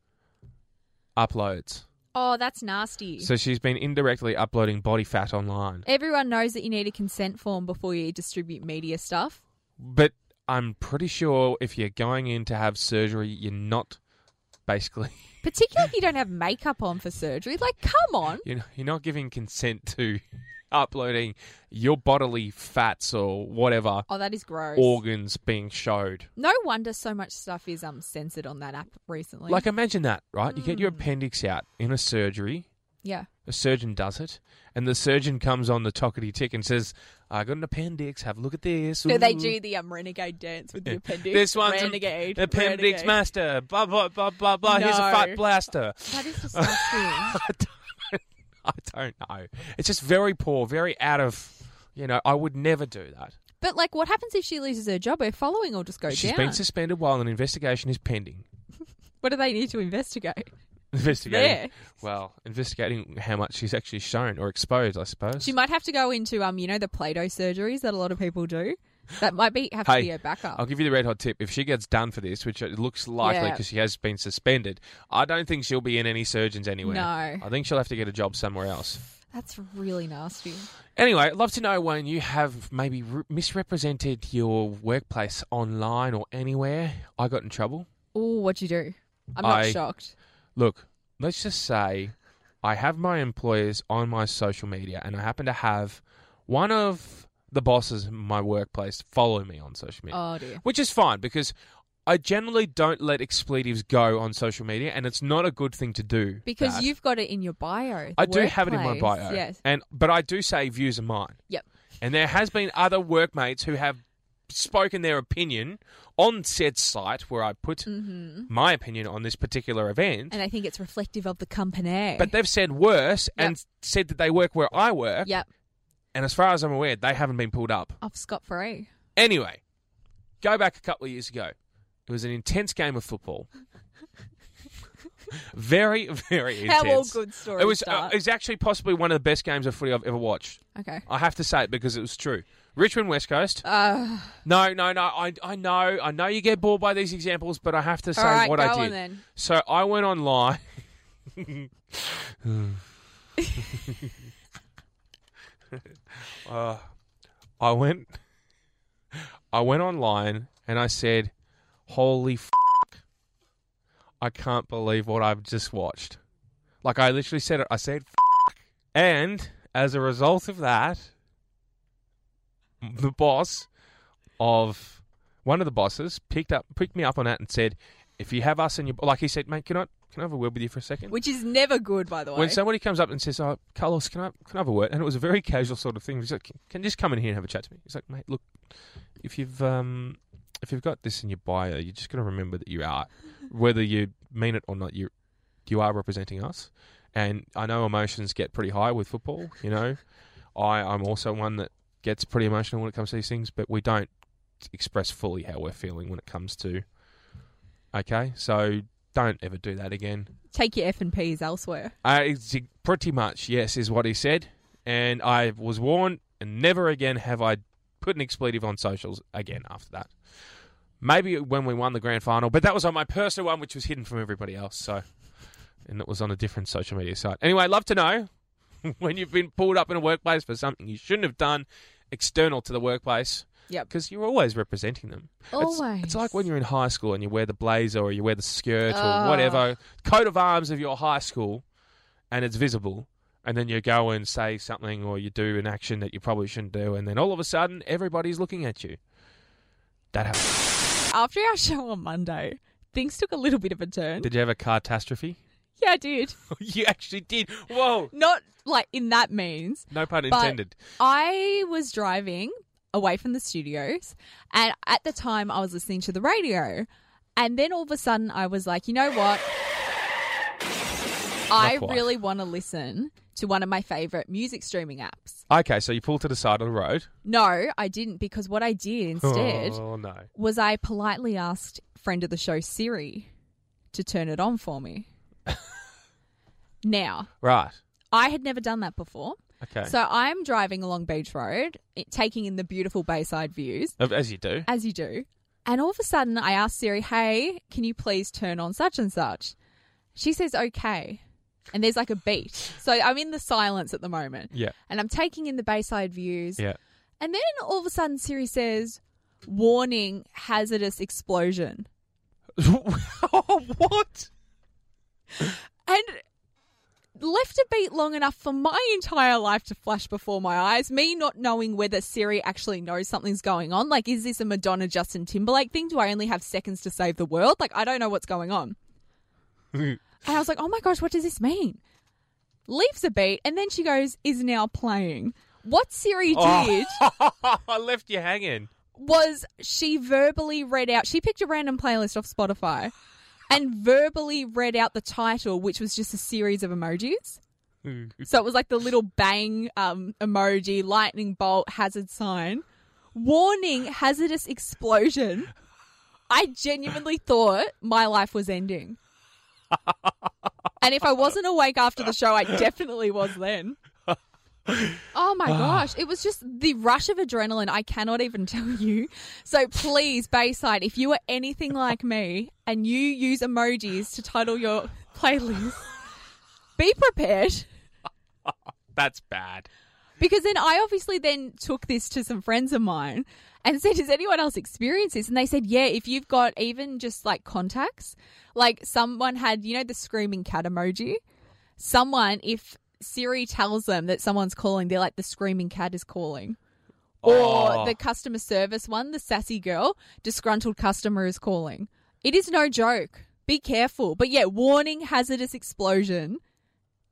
Speaker 2: uploads.
Speaker 3: Oh, that's nasty.
Speaker 2: So she's been indirectly uploading body fat online.
Speaker 3: Everyone knows that you need a consent form before you distribute media stuff.
Speaker 2: But I'm pretty sure if you're going in to have surgery, you're not basically
Speaker 3: Particularly if you don't have makeup on for surgery. Like, come on.
Speaker 2: you're, you're not giving consent to uploading your bodily fats or whatever
Speaker 3: Oh, that is gross.
Speaker 2: organs being showed.
Speaker 3: No wonder so much stuff is um censored on that app recently.
Speaker 2: Like imagine that, right? You get your
Speaker 3: Mm.
Speaker 2: appendix out in a surgery.
Speaker 3: yeah.
Speaker 2: A surgeon does it, and the surgeon comes on the tockety tick and says, "I got an appendix. Have a look at this."
Speaker 3: So they
Speaker 2: Ooh.
Speaker 3: do the um renegade dance with the appendix.
Speaker 2: This one's an
Speaker 3: renegade.
Speaker 2: appendix
Speaker 3: renegade.
Speaker 2: master. Blah blah blah blah blah. Here's a
Speaker 3: No.
Speaker 2: fat blaster.
Speaker 3: That is disgusting.
Speaker 2: I don't- I don't know. It's just very poor, very out of. You know, I would never do that.
Speaker 3: but like, what happens if she loses her job? Her following will just go
Speaker 2: She's
Speaker 3: down.
Speaker 2: been suspended while an investigation is pending.
Speaker 3: what do they need to investigate?
Speaker 2: Investigating.
Speaker 3: There.
Speaker 2: Well, investigating how much she's actually shown or exposed, I suppose.
Speaker 3: She might have to go into um, you know, the Play-Doh surgeries that a lot of people do. That might be have to
Speaker 2: Hey,
Speaker 3: be her backup.
Speaker 2: I'll give you the red hot tip. If she gets done for this, which it looks likely
Speaker 3: Yeah.
Speaker 2: because she has been suspended, I don't think she'll be in any surgeons anywhere.
Speaker 3: No.
Speaker 2: I think she'll have to get a job somewhere else.
Speaker 3: That's really nasty.
Speaker 2: Anyway, I'd love to know when you have maybe re- misrepresented your workplace online or anywhere. I got in trouble.
Speaker 3: Oh, what'd you do? I'm not
Speaker 2: I-
Speaker 3: shocked.
Speaker 2: Look, let's just say I have my employers on my social media, and I happen to have one of the bosses in my workplace follow me on social media.
Speaker 3: Oh dear.
Speaker 2: which is fine because I generally don't let expletives go on social media, and it's not a good thing to do.
Speaker 3: Because
Speaker 2: that.
Speaker 3: you've got it in your bio.
Speaker 2: I
Speaker 3: the
Speaker 2: do have it in my
Speaker 3: workplace.
Speaker 2: bio,
Speaker 3: Yes.
Speaker 2: and but I do say views are mine,
Speaker 3: Yep.
Speaker 2: and there has been other workmates who have spoken their opinion on said site where I put
Speaker 3: Mm-hmm.
Speaker 2: my opinion on this particular event,
Speaker 3: And I think it's reflective of the company.
Speaker 2: but they've said worse and said that they work where I work,
Speaker 3: yep,
Speaker 2: and as far as I'm aware, they haven't been pulled up.
Speaker 3: off scot free.
Speaker 2: Anyway, go back a couple of years ago. It was an intense game of football. very, very intense.
Speaker 3: How all good stories
Speaker 2: It was. Uh,
Speaker 3: start.
Speaker 2: it was actually possibly one of the best games of footy I've ever watched.
Speaker 3: Okay.
Speaker 2: I have to say it because it was true. Richmond West Coast.
Speaker 3: Uh,
Speaker 2: No, no, no. I, I know, I know. You get bored by these examples, but I have to say
Speaker 3: all right,
Speaker 2: what
Speaker 3: go
Speaker 2: I did.
Speaker 3: on then.
Speaker 2: So I went online. Uh, I went. I went online and I said, "Holy f! I can't believe what I've just watched." Like I literally said it. I said, f- and as a result of that, the boss of one of the bosses picked up picked me up on that and said, "If you have us in your like," he said, "Mate, can I can I have a word with you for a second?
Speaker 3: Which is never good, by the way.
Speaker 2: When somebody comes up and says, "Oh, Carlos, can I can I have a word?" and it was a very casual sort of thing. He's like, "Can- "Can you just come in here and have a chat to me?" He's like, "Mate, look, if you've um, if you've got this in your bio, you're just going to remember that you are, whether you mean it or not, you you are representing us." And I know emotions get pretty high with football. You know, I I'm also one that gets pretty emotional when it comes to these things, but we don't express fully how we're feeling when it comes to. Okay, so don't ever do that again.
Speaker 3: Take your F and P's elsewhere.
Speaker 2: Uh, it's pretty much, yes, is what he said. And I was warned, and never again have I put an expletive on socials again after that. Maybe when we won the grand final, but that was on my personal one, which was hidden from everybody else. So, and it was on a different social media site. Anyway, I'd love to know when you've been pulled up in a workplace for something you shouldn't have done, external to the workplace,
Speaker 3: Yep.
Speaker 2: because you're always representing them. It's-
Speaker 3: Always.
Speaker 2: It's, like when you're in high school and you wear the blazer or you wear the skirt
Speaker 3: Ah.
Speaker 2: or whatever coat of arms of your high school, and it's visible. And then you go and say something or you do an action that you probably shouldn't do, and then all of a sudden everybody's looking at you. That happened.
Speaker 3: After our show on Monday, things took a little bit of a turn.
Speaker 2: Did you have a catastrophe? Oh,
Speaker 3: yeah, I did.
Speaker 2: you actually did. Whoa.
Speaker 3: Not like in that means.
Speaker 2: No pun
Speaker 3: But-
Speaker 2: intended.
Speaker 3: I was driving away from the studios, and at the time I was listening to the radio, and then all of a sudden I was like, you know what? I
Speaker 2: quite.
Speaker 3: really want to listen to one of my favorite music streaming apps.
Speaker 2: okay, so you pull to the side of the road.
Speaker 3: No, I didn't because what I did instead
Speaker 2: Oh no.
Speaker 3: was I politely asked friend of the show Siri to turn it on for me. now,
Speaker 2: Right.
Speaker 3: I had never done that before.
Speaker 2: Okay.
Speaker 3: So I'm driving along Beach Road, it, taking in the beautiful Bayside views,
Speaker 2: As you do.
Speaker 3: as you do. And all of a sudden, I asked Siri, hey, can you please turn on such and such? She says, okay. And there's like a beat. So I'm in the silence at the moment.
Speaker 2: Yeah.
Speaker 3: And I'm taking in the Bayside views.
Speaker 2: Yeah.
Speaker 3: And then all of a sudden, Siri says, warning, hazardous explosion.
Speaker 2: oh, what?
Speaker 3: and left a beat long enough for my entire life to flash before my eyes. Me not knowing whether Siri actually knows something's going on. Like, is this a Madonna Justin Timberlake thing? Do I only have seconds to save the world? Like, I don't know what's going on. and I was like, oh my gosh, what does this mean? Leaves a beat, and then she goes, is now playing. What Siri did
Speaker 2: I left you hanging.
Speaker 3: was she verbally read out she picked a random playlist off Spotify and verbally read out the title which was just a series of emojis. so it was like the little bang um, emoji, lightning bolt, hazard sign, warning, hazardous explosion. I genuinely thought my life was ending. and if I wasn't awake after the show, I definitely was then. Oh my gosh. It was just the rush of adrenaline. I cannot even tell you. So please, Bayside, if you are anything like me and you use emojis to title your playlist, be prepared.
Speaker 2: That's bad.
Speaker 3: Because then I obviously then took this to some friends of mine and said, Has anyone else experienced this? And they said, Yeah, if you've got even just like contacts, like someone had, you know, the screaming cat emoji. Someone, if Siri tells them that someone's calling, they're like, The screaming cat is calling. Or
Speaker 2: Oh.
Speaker 3: the customer service one, the sassy girl, disgruntled customer is calling. It is no joke. Be careful. But yeah, warning hazardous explosion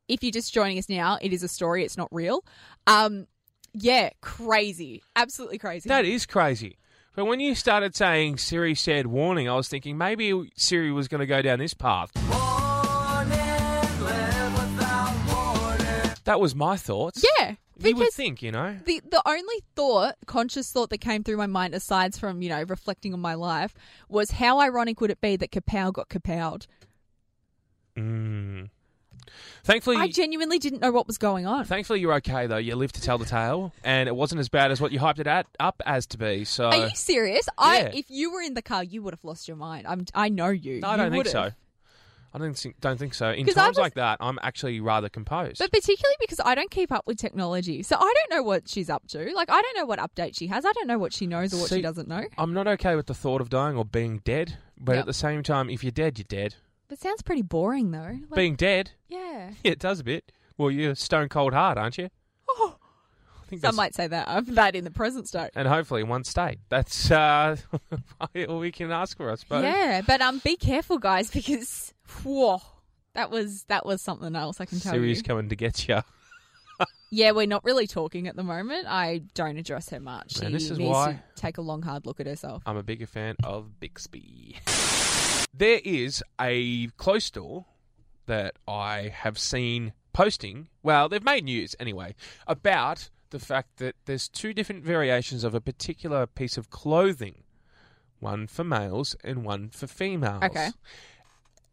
Speaker 3: if you're just joining us now, it is a story. It's not real. Um, yeah, crazy, absolutely crazy.
Speaker 2: That is crazy. But when you started saying Siri said warning, I was thinking maybe Siri was going to go down this path. That was my thoughts.
Speaker 3: yeah,
Speaker 2: You would
Speaker 3: because
Speaker 2: think, you know.
Speaker 3: the the only thought, conscious thought that came through my mind, aside from you know reflecting on my life, was how ironic would it be that Kapow got Kapowed?
Speaker 2: Mm. Thankfully,
Speaker 3: I genuinely didn't know what was going on.
Speaker 2: thankfully you're okay though. You live to tell the tale, and it wasn't as bad as what you hyped it at, up as to be. So
Speaker 3: Are you serious? I
Speaker 2: Yeah.
Speaker 3: if you were in the car, you would have lost your mind. I'm I know you.
Speaker 2: no, I
Speaker 3: You
Speaker 2: don't think
Speaker 3: would've.
Speaker 2: so. I don't think don't think so. In
Speaker 3: 'Cause I
Speaker 2: times
Speaker 3: was-
Speaker 2: like that, I'm actually rather composed.
Speaker 3: But particularly because I don't keep up with technology, so I don't know what she's up to. Like I don't know what update she has. I don't know what she knows or what
Speaker 2: See,
Speaker 3: she doesn't know.
Speaker 2: I'm not okay with the thought of dying or being dead. But
Speaker 3: Yep.
Speaker 2: at the same time, if you're dead, you're dead.
Speaker 3: That sounds pretty boring, though. Like,
Speaker 2: being dead,
Speaker 3: yeah.
Speaker 2: Yeah, it does a bit. Well, you're stone cold hard, aren't you?
Speaker 3: Oh,
Speaker 2: think
Speaker 3: Some
Speaker 2: there's-
Speaker 3: might say that of that in the present state.
Speaker 2: and hopefully one state. That's uh, all we can ask for, I suppose.
Speaker 3: Yeah, but um, be careful, guys, because whoa, that was that was something else. I can tell
Speaker 2: Sirius
Speaker 3: you.
Speaker 2: coming to get you.
Speaker 3: Yeah, we're not really talking at the moment. I don't address her much.
Speaker 2: Man,
Speaker 3: she
Speaker 2: this is
Speaker 3: needs
Speaker 2: why-
Speaker 3: to take a long, hard look at herself.
Speaker 2: I'm a bigger fan of Bixby. There is a clothes store that I have seen posting. Well, they've made news anyway about the fact that there's two different variations of a particular piece of clothing, one for males and one for females.
Speaker 3: Okay.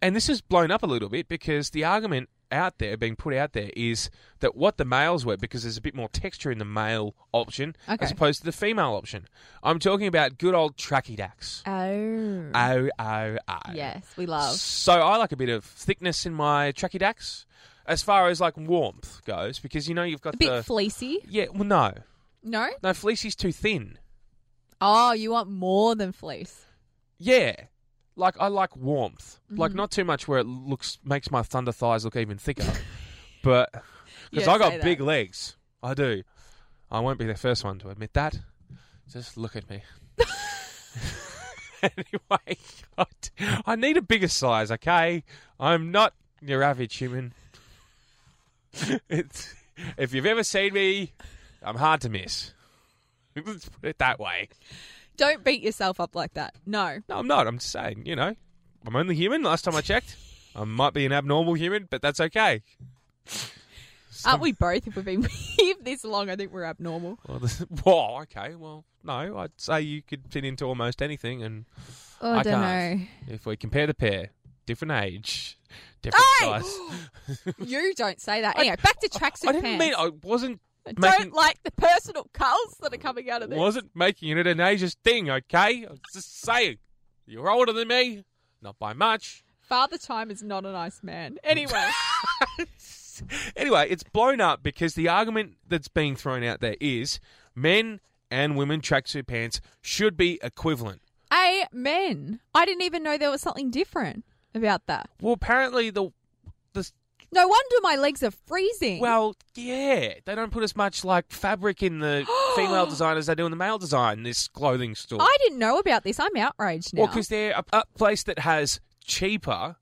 Speaker 2: And this has blown up a little bit because the argument out there being put out there is that what the males wear because there's a bit more texture in the male option
Speaker 3: Okay.
Speaker 2: as opposed to the female option. I'm talking about good old tracky dacks.
Speaker 3: Oh,
Speaker 2: Oh, oh, oh.
Speaker 3: yes, we love.
Speaker 2: So I like a bit of thickness in my tracky dacks as far as like warmth goes because you know you've got
Speaker 3: A bit
Speaker 2: the.
Speaker 3: fleecy,
Speaker 2: yeah, well, no.
Speaker 3: no?
Speaker 2: No, fleecy's too thin.
Speaker 3: Oh, you want more than fleece?
Speaker 2: Yeah. Like I like warmth.
Speaker 3: Mm-hmm.
Speaker 2: Like not too much where it looks makes my thunder thighs look even thicker. but
Speaker 3: You
Speaker 2: because I
Speaker 3: don't say
Speaker 2: got
Speaker 3: that.
Speaker 2: big legs. I do. I won't be the first one to admit that. Just look at me. anyway, God, I need a bigger size, okay? I'm not your average human. it's, if you've ever seen me, I'm hard to miss. Let's put it that way.
Speaker 3: Don't beat yourself up like that. No.
Speaker 2: No, I'm not. I'm just saying, you know, I'm only human. Last time I checked, I might be an abnormal human, but that's okay.
Speaker 3: Aren't we both? If we've been here this long, I think we're abnormal.
Speaker 2: Well, this, well, okay. Well, no, I'd say you could fit into almost anything, and
Speaker 3: Oh,
Speaker 2: I,
Speaker 3: don't
Speaker 2: can't.
Speaker 3: know.
Speaker 2: If we compare the pair, different age, different
Speaker 3: Hey!
Speaker 2: size.
Speaker 3: You don't say that. Anyway, back to tracksuit
Speaker 2: I didn't
Speaker 3: pants.
Speaker 2: mean I wasn't
Speaker 3: I
Speaker 2: making
Speaker 3: don't like the personal cults that are coming out of this.
Speaker 2: wasn't making it an ageist thing. Okay, I was just saying, you're older than me, not by much.
Speaker 3: Father Time is not a nice man. Anyway,
Speaker 2: anyway, it's blown up because the argument that's being thrown out there is men and women tracksuit pants should be equivalent.
Speaker 3: amen. I didn't even know there was something different about that.
Speaker 2: Well, apparently the the
Speaker 3: No wonder my legs are freezing.
Speaker 2: well, yeah, they don't put as much like fabric in the female design as they do in the male design. This clothing store,
Speaker 3: I didn't know about this. I'm outraged now.
Speaker 2: well, because they're a, a place that has cheaper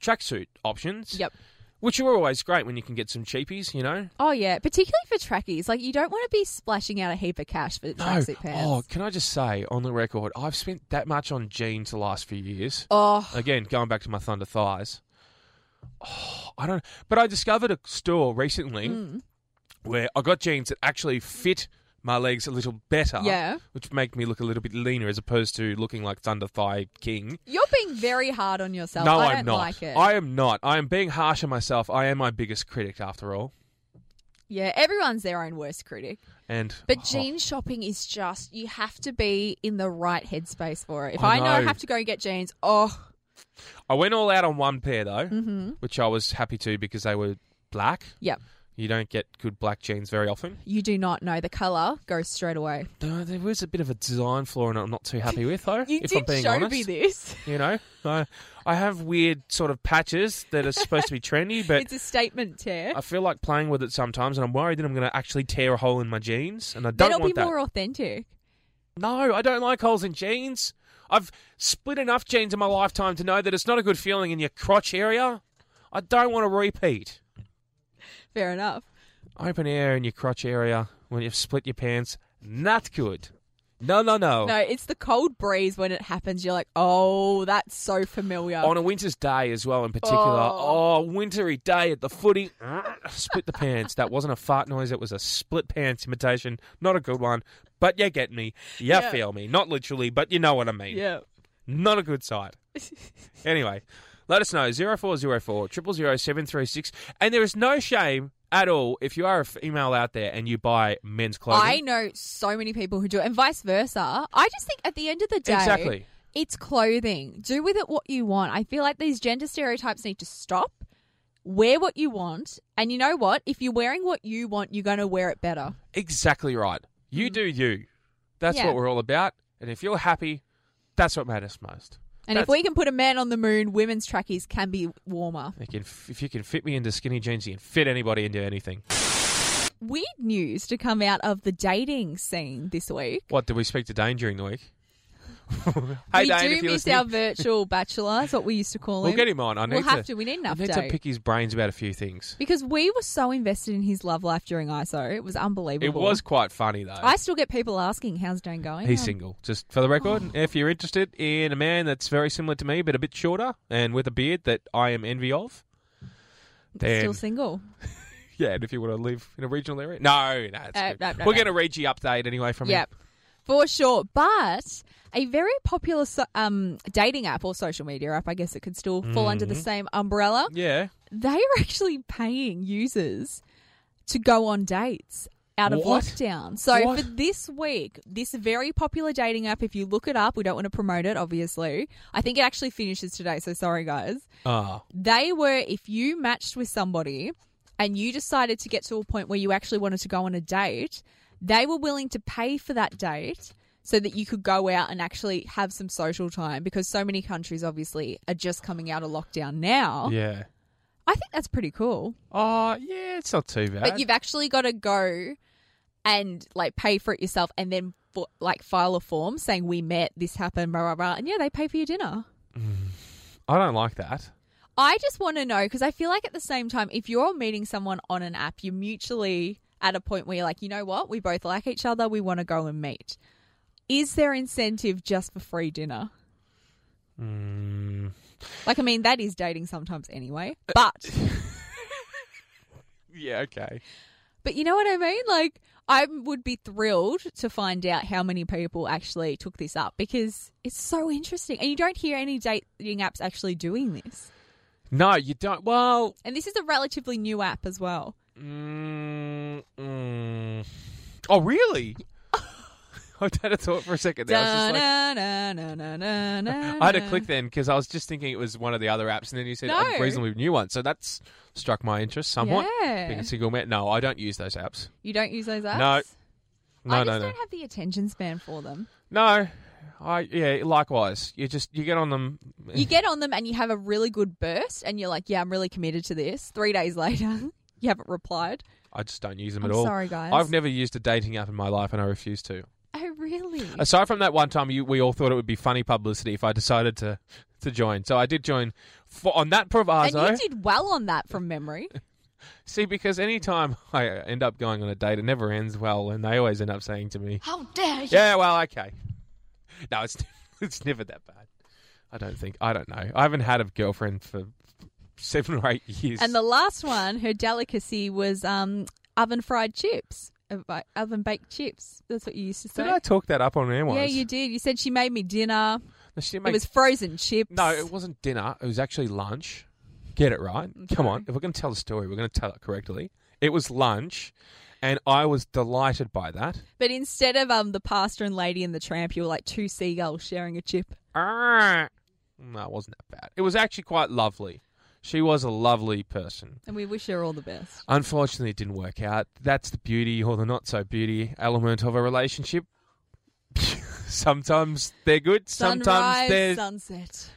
Speaker 2: tracksuit options.
Speaker 3: yep.
Speaker 2: Which are always great when you can get some cheapies, you know.
Speaker 3: Oh yeah, particularly for trackies. Like you don't want to be splashing out a heap of cash for tracksuit
Speaker 2: Oh,
Speaker 3: pants.
Speaker 2: can I just say on the record, I've spent that much on jeans the last few years.
Speaker 3: Oh,
Speaker 2: Again, going back to my thunder thighs. Oh, I don't. But I discovered a store recently
Speaker 3: Mm.
Speaker 2: where I got jeans that actually fit my legs a little better.
Speaker 3: Yeah.
Speaker 2: Which make me look a little bit leaner as opposed to looking like Thunder Thigh King.
Speaker 3: you're being very hard on yourself.
Speaker 2: no,
Speaker 3: I
Speaker 2: am
Speaker 3: don't
Speaker 2: not.
Speaker 3: like it.
Speaker 2: I am not. I am being harsh on myself. I am my biggest critic, after all.
Speaker 3: yeah, everyone's their own worst critic.
Speaker 2: And
Speaker 3: But
Speaker 2: oh,
Speaker 3: jeans shopping is just you have to be in the right headspace for it. If
Speaker 2: I
Speaker 3: I know I
Speaker 2: know.
Speaker 3: have to go and get jeans, oh
Speaker 2: I went all out on one pair though,
Speaker 3: Mm-hmm.
Speaker 2: which I was happy to because they were black.
Speaker 3: yep.
Speaker 2: You don't get good black jeans very often.
Speaker 3: You do not know the color goes straight away.
Speaker 2: No, there was a bit of a design flaw, and I'm not too happy with though.
Speaker 3: You
Speaker 2: if
Speaker 3: did
Speaker 2: I'm being
Speaker 3: show
Speaker 2: honest,
Speaker 3: me this.
Speaker 2: you know, I, I have weird sort of patches that are supposed to be trendy, but
Speaker 3: It's a statement tear.
Speaker 2: I feel like playing with it sometimes, and I'm worried that I'm going to actually tear a hole in my jeans, and I
Speaker 3: Then
Speaker 2: don't
Speaker 3: it'll
Speaker 2: want
Speaker 3: be
Speaker 2: that.
Speaker 3: more authentic.
Speaker 2: No, I don't like holes in jeans. I've split enough jeans in my lifetime to know that it's not a good feeling in your crotch area. I don't want to repeat.
Speaker 3: Fair enough.
Speaker 2: open air in your crotch area when you've split your pants. Not good. No, no, no.
Speaker 3: No, it's the cold breeze when it happens. You're like, oh, that's so familiar.
Speaker 2: On a winter's day as well, in particular. Oh,
Speaker 3: Oh.
Speaker 2: wintry day at the footy. split the pants. That wasn't a fart noise. It was a split pants imitation. Not a good one. But you get me. You
Speaker 3: Yeah.
Speaker 2: feel me. Not literally, but you know what I mean.
Speaker 3: yeah.
Speaker 2: Not a good sight. Anyway, let us know 0404 000 736. And there is no shame at all if you are a female out there and you buy men's clothing.
Speaker 3: I know so many people who do it, and vice versa. I just think at the end of the day,
Speaker 2: Exactly.
Speaker 3: it's clothing. Do with it what you want. I feel like these gender stereotypes need to stop. Wear what you want, and you know what? If you're wearing what you want, you're going to wear it better.
Speaker 2: Exactly right. You do you. That's
Speaker 3: Mm. Yeah.
Speaker 2: what we're all about. And if you're happy, that's what matters most.
Speaker 3: And if
Speaker 2: That's-
Speaker 3: we can put a man on the moon, women's trackies can be warmer.
Speaker 2: You can, if you can fit me into skinny jeans, you can fit anybody into anything.
Speaker 3: weird news to come out of the dating scene this week.
Speaker 2: What did we speak to Dane during the week? hey,
Speaker 3: we
Speaker 2: Dane,
Speaker 3: do
Speaker 2: if you're
Speaker 3: miss
Speaker 2: listening,
Speaker 3: our virtual bachelor. That's what we used to call
Speaker 2: we'll
Speaker 3: him.
Speaker 2: get him on. I need
Speaker 3: We'll
Speaker 2: to,
Speaker 3: have to. We need an
Speaker 2: I need
Speaker 3: update.
Speaker 2: to pick his brains about a few things.
Speaker 3: Because we were so invested in his love life during ISO. It was
Speaker 2: It
Speaker 3: unbelievable.
Speaker 2: was quite funny though.
Speaker 3: I still get people asking, how's Dane going?
Speaker 2: He's
Speaker 3: Um,
Speaker 2: single, just for the record. If you're interested in a man that's very similar to me, but a bit shorter and with a beard that I am envy of,
Speaker 3: Still
Speaker 2: then
Speaker 3: single.
Speaker 2: yeah, and if you want to live in a regional area, no, no, it's
Speaker 3: Uh,
Speaker 2: good.
Speaker 3: no, no,
Speaker 2: we're
Speaker 3: no.
Speaker 2: going to read you update anyway from
Speaker 3: Yep. For sure. But a very popular so- um, dating app or social media app, I guess it could still fall under the
Speaker 2: Mm-hmm.
Speaker 3: same umbrella.
Speaker 2: him. Yeah,
Speaker 3: They are actually paying users to go on dates out of
Speaker 2: What?
Speaker 3: lockdown. So
Speaker 2: What?
Speaker 3: for this week, this very popular dating app, if you look it up, we don't want to promote it, obviously. I think it actually finishes today, so sorry, guys.
Speaker 2: ah,
Speaker 3: They were if you matched with somebody and you decided to get to a point where you actually wanted to go on a date, they were willing to pay for that date so that you could go out and actually have some social time because so many countries obviously are just coming out of lockdown now.
Speaker 2: yeah,
Speaker 3: I think that's pretty cool.
Speaker 2: oh, yeah, it's not too bad.
Speaker 3: But you've actually got to go and like pay for it yourself and then fo- like file a form saying we met, this happened, blah blah blah, and yeah, they pay for your dinner.
Speaker 2: I don't like that.
Speaker 3: I just want to know because I feel like at the same time, if you're meeting someone on an app, you're mutually at a point where you're like, you know what, we both like each other, we want to go and meet. Is there incentive just for free dinner?
Speaker 2: Mm,
Speaker 3: Like, I mean, that is dating sometimes anyway,
Speaker 2: Uh,
Speaker 3: but
Speaker 2: yeah, okay.
Speaker 3: but you know what I mean. Like, I would be thrilled to find out how many people actually took this up because it's so interesting, and you don't hear any dating apps actually doing this.
Speaker 2: No, you don't. Well,
Speaker 3: And this is a relatively new app as well.
Speaker 2: Mm, mm. Oh, really? I had a thought for a second. There. I, was just like- I had to click then because I was just thinking it was one of the other apps, and then you said
Speaker 3: No.
Speaker 2: a reasonably new one. So that's struck my interest somewhat.
Speaker 3: Yeah.
Speaker 2: Being a single man, no, I don't use those apps.
Speaker 3: You don't use those apps?
Speaker 2: No,
Speaker 3: I just
Speaker 2: no, no,
Speaker 3: don't have the attention span for them.
Speaker 2: no. I yeah. Likewise, you just you get on them.
Speaker 3: You get on them and you have a really good burst, and you're like, yeah, I'm really committed to this. Three days later, you haven't replied.
Speaker 2: I just don't use them
Speaker 3: I'm
Speaker 2: at all.
Speaker 3: sorry, guys.
Speaker 2: I've never used a dating app in my life, and I refuse to.
Speaker 3: Oh, really?
Speaker 2: Aside from that one time, you, we all thought it would be funny publicity if I decided to to join. So I did join for, on that
Speaker 3: And
Speaker 2: proviso.
Speaker 3: you did well on that from memory.
Speaker 2: See, because any time I end up going on a date, it never ends well, and they always end up saying to me,
Speaker 6: How dare you?
Speaker 2: "Yeah, well, okay." No, it's it's never that bad. I don't think. I don't know. I haven't had a girlfriend for seven or eight years.
Speaker 3: And the last one, her delicacy was um, oven fried chips, Uh, oven baked chips. That's what you used to say.
Speaker 2: did I talk that up on air once?
Speaker 3: yeah, you did. You said she made me dinner.
Speaker 2: She
Speaker 3: It
Speaker 2: makes-
Speaker 3: was frozen chips.
Speaker 2: No, it wasn't dinner. It was actually lunch. Get it right. Come on. If we're going to tell the story, we're going to tell it correctly. It was lunch, and I was delighted by that.
Speaker 3: But instead of um the pastor and lady and the tramp, you were like two seagulls sharing a chip.
Speaker 2: Arrgh. No, it wasn't that bad. It was actually quite lovely. She was a lovely person.
Speaker 3: And we wish her all the best.
Speaker 2: Unfortunately, it didn't work out. That's the beauty or the not so beauty element of a relationship. sometimes they're good, sometimes
Speaker 3: Sunrise,
Speaker 2: they're.
Speaker 3: sunset.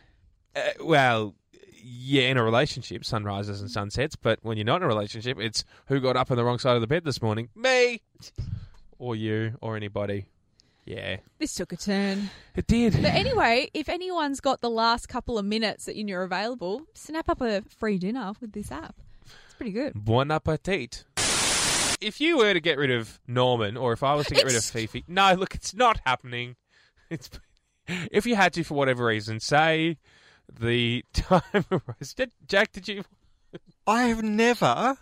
Speaker 2: Uh, well, yeah, in a relationship, sunrises and sunsets. But when you're not in a relationship, it's who got up on the wrong side of the bed this morning? Me, or you, or anybody. Yeah,
Speaker 3: This took a turn.
Speaker 2: it did.
Speaker 3: But anyway, if anyone's got the last couple of minutes that you know are available, snap up a free dinner with this app. It's pretty good.
Speaker 2: Bon appetit. If you were to get rid of Norman, or if I was to get rid of Fifi, no, look, it's not happening. It's if you had to for whatever reason, say the time arose. Did, Jack, did you?
Speaker 5: I have never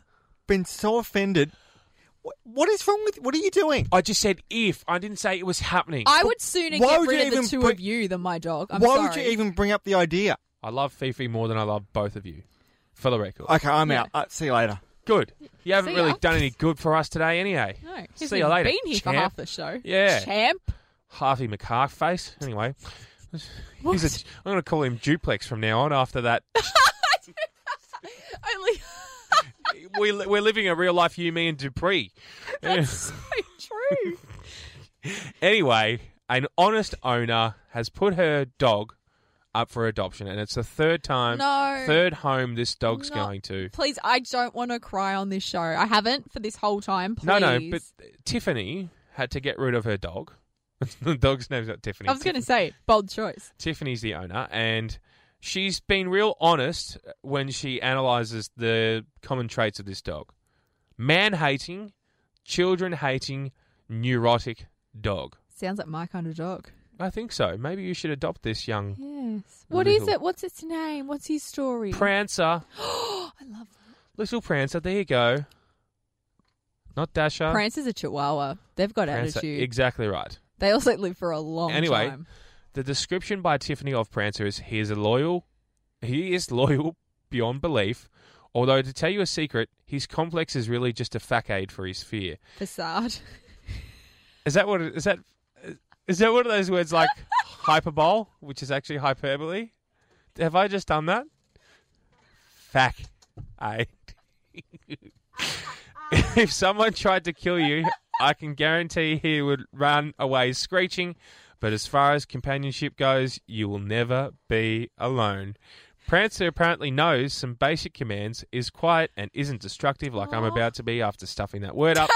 Speaker 5: been so offended. What, what is wrong with? What are you doing?
Speaker 2: I just said if. I didn't say it was happening.
Speaker 3: I would sooner
Speaker 5: Why
Speaker 3: get
Speaker 5: would you
Speaker 3: rid of the
Speaker 5: even
Speaker 3: two
Speaker 5: bring-
Speaker 3: of you than my dog. I'm
Speaker 5: Why
Speaker 3: sorry.
Speaker 5: would you even bring up the idea?
Speaker 2: I love Fifi more than I love both of you. For the record.
Speaker 5: Okay, I'm out. Uh, see you later.
Speaker 2: Good. You haven't
Speaker 3: See
Speaker 2: really
Speaker 3: ya.
Speaker 2: done any good for us today, anyhow.
Speaker 3: No, he hasn't
Speaker 2: See you
Speaker 3: even
Speaker 2: later,
Speaker 3: Been here
Speaker 2: champ.
Speaker 3: for half the show.
Speaker 2: Yeah.
Speaker 3: champ.
Speaker 2: Harvey McCark face. Anyway.
Speaker 3: What?
Speaker 2: He's a, I'm going to call him Duplex from now on after that.
Speaker 3: Only
Speaker 2: we, we're living a real life you, me, and Dupree.
Speaker 3: that's so true.
Speaker 2: Anyway, an honest owner has put her dog up for adoption, and it's the third time,
Speaker 3: No.
Speaker 2: third home this dog's
Speaker 3: No.
Speaker 2: going to.
Speaker 3: Please, I don't want to cry on this show. I haven't for this whole time. Please.
Speaker 2: No, no, but Tiffany had to get rid of her dog. the dog's name's not Tiffany.
Speaker 3: I was going to say bold choice.
Speaker 2: Tiffany's the owner, and she's been real honest when she analyzes the common traits of this dog man hating, children hating, neurotic dog.
Speaker 3: Sounds like my kind of dog.
Speaker 2: I think so. Maybe you should adopt this young
Speaker 3: Yes.
Speaker 2: What
Speaker 3: What
Speaker 2: is
Speaker 3: is
Speaker 2: Little- it?
Speaker 3: it? What's its name? What's his story? Oh,
Speaker 2: Prancer.
Speaker 3: I love
Speaker 2: Little Prancer, there you go. Not Dasher.
Speaker 3: Prancer's a chihuahua. They've got
Speaker 2: Prancer.
Speaker 3: attitude.
Speaker 2: Exactly right.
Speaker 3: They also live for a long
Speaker 2: Anyway,
Speaker 3: time.
Speaker 2: The description by Tiffany of Prancer is he is a loyal he is loyal beyond belief. Although to tell you a secret, his complex is really just a facade for his fear.
Speaker 3: Facade.
Speaker 2: Is that what it- is that is that one of those words like hyperbole, which is actually hyperbole? Have I just done that? Fac I If someone tried to kill you, I can guarantee he would run away screeching, but as far as companionship goes, you will never be alone. Prancer apparently knows some basic commands, is quiet, and isn't destructive like I'm
Speaker 3: Aw.
Speaker 2: about to be after stuffing that word up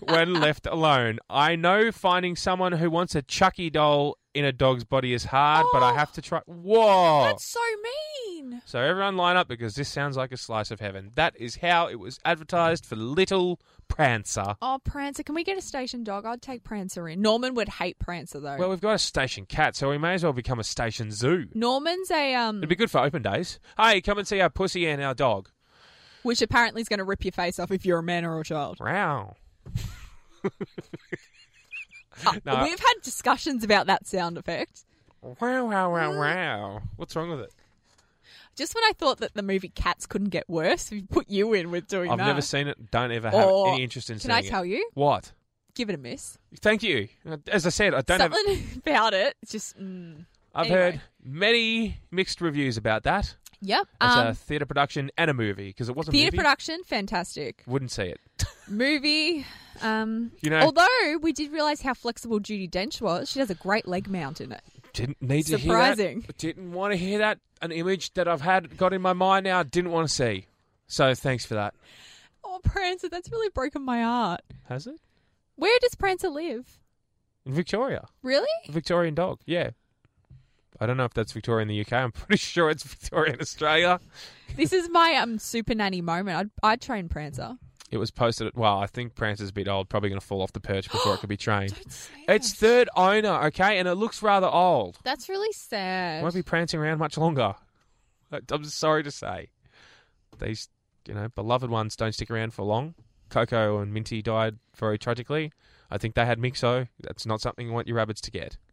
Speaker 2: when left alone. I know finding someone who wants a Chucky doll in a dog's body is hard, but I
Speaker 3: Oh.
Speaker 2: have to try. Whoa!
Speaker 3: That's so mean.
Speaker 2: so everyone line up because this sounds like a slice of heaven. That is how it was advertised for Little Prancer.
Speaker 3: Oh, Prancer. Can we get a station dog? I'd take Prancer in. Norman would hate Prancer though.
Speaker 2: Well, we've got a station cat, so we may as well become a station zoo.
Speaker 3: Hmm. Norman's a um
Speaker 2: It'd be good for open days. Hey, come and see our pussy and our dog.
Speaker 3: which apparently is going to rip your face off if you're a man or a child.
Speaker 2: Wow. No.
Speaker 3: We've had discussions about that sound effect.
Speaker 2: Wow, wow, wow, wow. What's wrong with it?
Speaker 3: Just when I thought that the movie Cats couldn't get worse, we put you in with doing
Speaker 2: I've
Speaker 3: that.
Speaker 2: never seen it. Don't ever have
Speaker 3: Or-
Speaker 2: any interest in
Speaker 3: Can
Speaker 2: seeing
Speaker 3: I
Speaker 2: it.
Speaker 3: tell you?
Speaker 2: What?
Speaker 3: Give it a miss.
Speaker 2: Thank you. Uh, As I said, I don't have.
Speaker 3: Something about it. It's just mm.
Speaker 2: I've
Speaker 3: anyway.
Speaker 2: heard many mixed reviews about that.
Speaker 3: yep.
Speaker 2: It's
Speaker 3: Um,
Speaker 2: a theatre production and a movie because it wasn't.
Speaker 3: theater
Speaker 2: movie.
Speaker 3: production, fantastic.
Speaker 2: Wouldn't see it.
Speaker 3: Movie. Um,
Speaker 2: You know-
Speaker 3: although we did realize how flexible Judy Dench was, she has a great leg mount in it.
Speaker 2: Didn't need to hear
Speaker 3: Surprising.
Speaker 2: that. Didn't want to hear that. An image that I've had got in my mind now. Didn't want to see. So thanks for that.
Speaker 3: Oh, Prancer, that's really broken my heart.
Speaker 2: Has it
Speaker 3: Where does Prancer live?
Speaker 2: in Victoria?
Speaker 3: Really?
Speaker 2: Victorian dog. Yeah. I don't know if that's Victoria in the UK. I'm pretty sure it's Victoria in Australia.
Speaker 3: this is my um super nanny moment. I'd, I'd train Prancer.
Speaker 2: It was posted. At, well, I think Prancer's a bit old. Probably going to fall off the perch before it could be trained.
Speaker 3: say
Speaker 2: It's third owner, okay, and it looks rather old.
Speaker 3: That's really sad.
Speaker 2: won't be prancing around much longer. I- I'm sorry to say, these you know beloved ones don't stick around for long. Coco and Minty died very tragically. I think they had Mixo. That's not something you want your rabbits to get.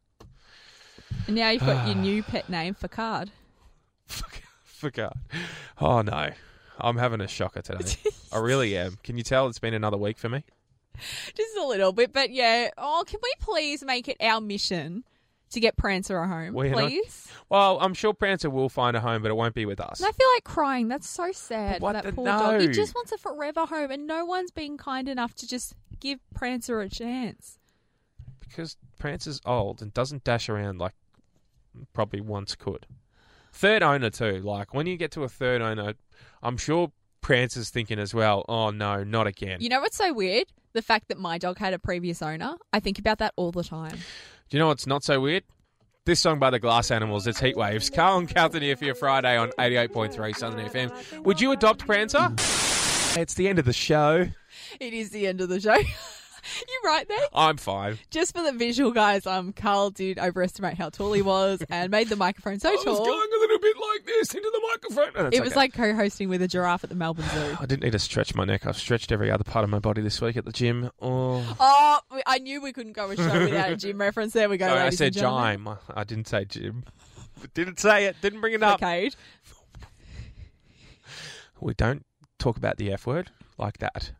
Speaker 3: And now you've got your new pet name for card.
Speaker 2: Fuck- Fuck out. Oh no, I'm having a shocker today. I really am. Can you tell it's been another week for me?
Speaker 3: Just a little bit, but yeah. Oh, can we please make it our mission to get Prancer a home,
Speaker 2: We're not-
Speaker 3: please?
Speaker 2: Well, I'm sure Prancer will find a home, but it won't be with us.
Speaker 3: And I feel like crying. That's so sad
Speaker 2: What
Speaker 3: for
Speaker 2: the-
Speaker 3: that poor
Speaker 2: no.
Speaker 3: dog. He just wants a forever home, and no one's been kind enough to just give Prancer a chance.
Speaker 2: because Prancer's old and doesn't dash around like probably once could. Third owner too. Like when you get to a third owner, I'm sure Prancer's thinking as well. Oh no, not again.
Speaker 3: You know what's so weird? The fact that my dog had a previous owner. I think about that all the time.
Speaker 2: Do you know what's not so weird? This song by the Glass Animals, it's Heat Waves. Carl and Carlton here for your Friday on 88.3 Southern FM. Would you adopt Prancer? It's the end of the show.
Speaker 3: It is the end of the show. you right there?
Speaker 2: I'm fine.
Speaker 3: Just for the visual, guys, um, Carl did overestimate how tall he was and made the microphone so
Speaker 2: I was
Speaker 3: tall.
Speaker 2: going a little bit like this into the microphone. No, it's
Speaker 3: It was
Speaker 2: okay.
Speaker 3: like co-hosting with a giraffe at the Melbourne Zoo.
Speaker 2: I didn't need to stretch my neck. I've stretched every other part of my body this week at the gym. Oh.
Speaker 3: Oh, we- I knew we couldn't go a show without a gym reference. There we go.
Speaker 2: Sorry, I
Speaker 3: ladies and
Speaker 2: said
Speaker 3: gentlemen.
Speaker 2: Jime. I didn't say Jim. Didn't say it. Didn't bring it up.
Speaker 3: Okay.
Speaker 2: We don't talk about the F word like that.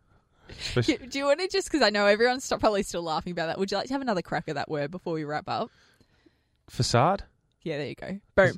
Speaker 3: Do do you want to just because I know everyone's st- probably still laughing about that? Would you like to have another crack at that word before we wrap up?
Speaker 2: Facade?
Speaker 3: Yeah, there you go. Boom.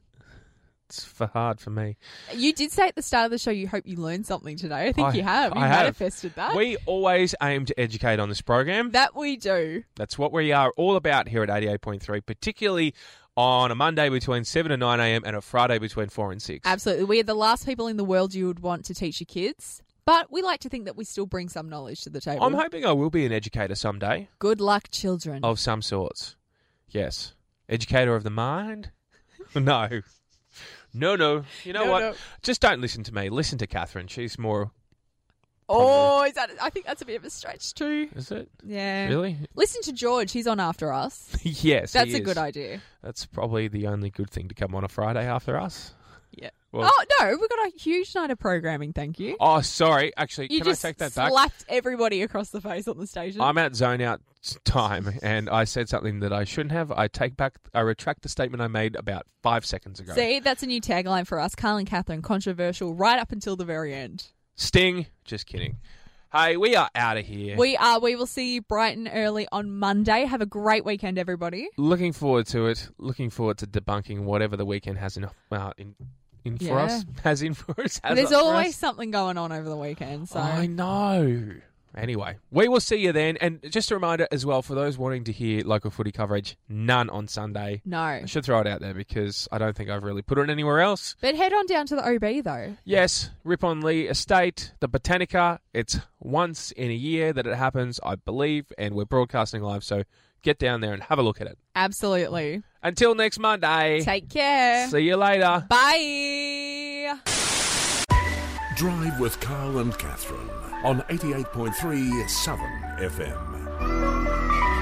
Speaker 2: It's for hard for me.
Speaker 3: You did say at the start of the show you hope you learned something today. I think
Speaker 2: I-
Speaker 3: you have. You
Speaker 2: I have.
Speaker 3: manifested that.
Speaker 2: We always aim to educate on this program.
Speaker 3: that we do.
Speaker 2: That's what we are all about here at 88.3, particularly on a Monday between 7 and 9 a.m. and a Friday between 4 and 6.
Speaker 3: Absolutely. We are the last people in the world you would want to teach your kids, but we like to think that we still bring some knowledge to the table.
Speaker 2: I'm hoping I will be an educator someday
Speaker 3: Good luck, children.
Speaker 2: of some sorts. Yes. Educator of the mind? no. No, no. You know
Speaker 3: No,
Speaker 2: what?
Speaker 3: no.
Speaker 2: Just don't listen to me. Listen to Catherine. She's more.
Speaker 3: Oh, is that? I think that's a bit of a stretch too.
Speaker 2: Is it?
Speaker 3: Yeah.
Speaker 2: Really?
Speaker 3: Listen to George. He's on after us.
Speaker 2: yes.
Speaker 3: That's
Speaker 2: he
Speaker 3: a
Speaker 2: is.
Speaker 3: good idea.
Speaker 2: That's probably the only good thing to come on a Friday after us.
Speaker 3: Yeah.
Speaker 2: Well-
Speaker 3: oh no, we've got a huge night of programming. Thank you.
Speaker 2: Oh, sorry. Actually,
Speaker 3: you
Speaker 2: can
Speaker 3: just
Speaker 2: I take that back?
Speaker 3: slapped everybody across the face on the station.
Speaker 2: I'm at zone out time, and I said something that I shouldn't have. I take back, I retract the statement I made about five seconds ago.
Speaker 3: See, that's a new tagline for us, Carl and Catherine. Controversial, right up until the very end.
Speaker 2: Sting, just kidding. Hey, we are out of here.
Speaker 3: We are. We will see you bright and early on Monday. Have a great weekend, everybody.
Speaker 2: Looking forward to it. Looking forward to debunking whatever the weekend has in well, in, in for
Speaker 3: Yeah.
Speaker 2: us. Has in for us. Has
Speaker 3: There's
Speaker 2: up for
Speaker 3: always
Speaker 2: us.
Speaker 3: something going on over the weekend, so
Speaker 2: I know. Anyway, we will see you then. And just a reminder as well for those wanting to hear local footy coverage, none on Sunday.
Speaker 3: no.
Speaker 2: I should throw it out there because I don't think I've really put it anywhere else.
Speaker 3: But head on down to the OB though.
Speaker 2: Yes, Ripon Lee Estate, the Botanica. It's once in a year that it happens, I believe, and we're broadcasting live, so get down there and have a look at it.
Speaker 3: Absolutely.
Speaker 2: Until next Monday,
Speaker 3: Take care.
Speaker 2: see you later.
Speaker 3: Bye.
Speaker 1: Drive with Carl and Catherine on 88.3 Southern FM.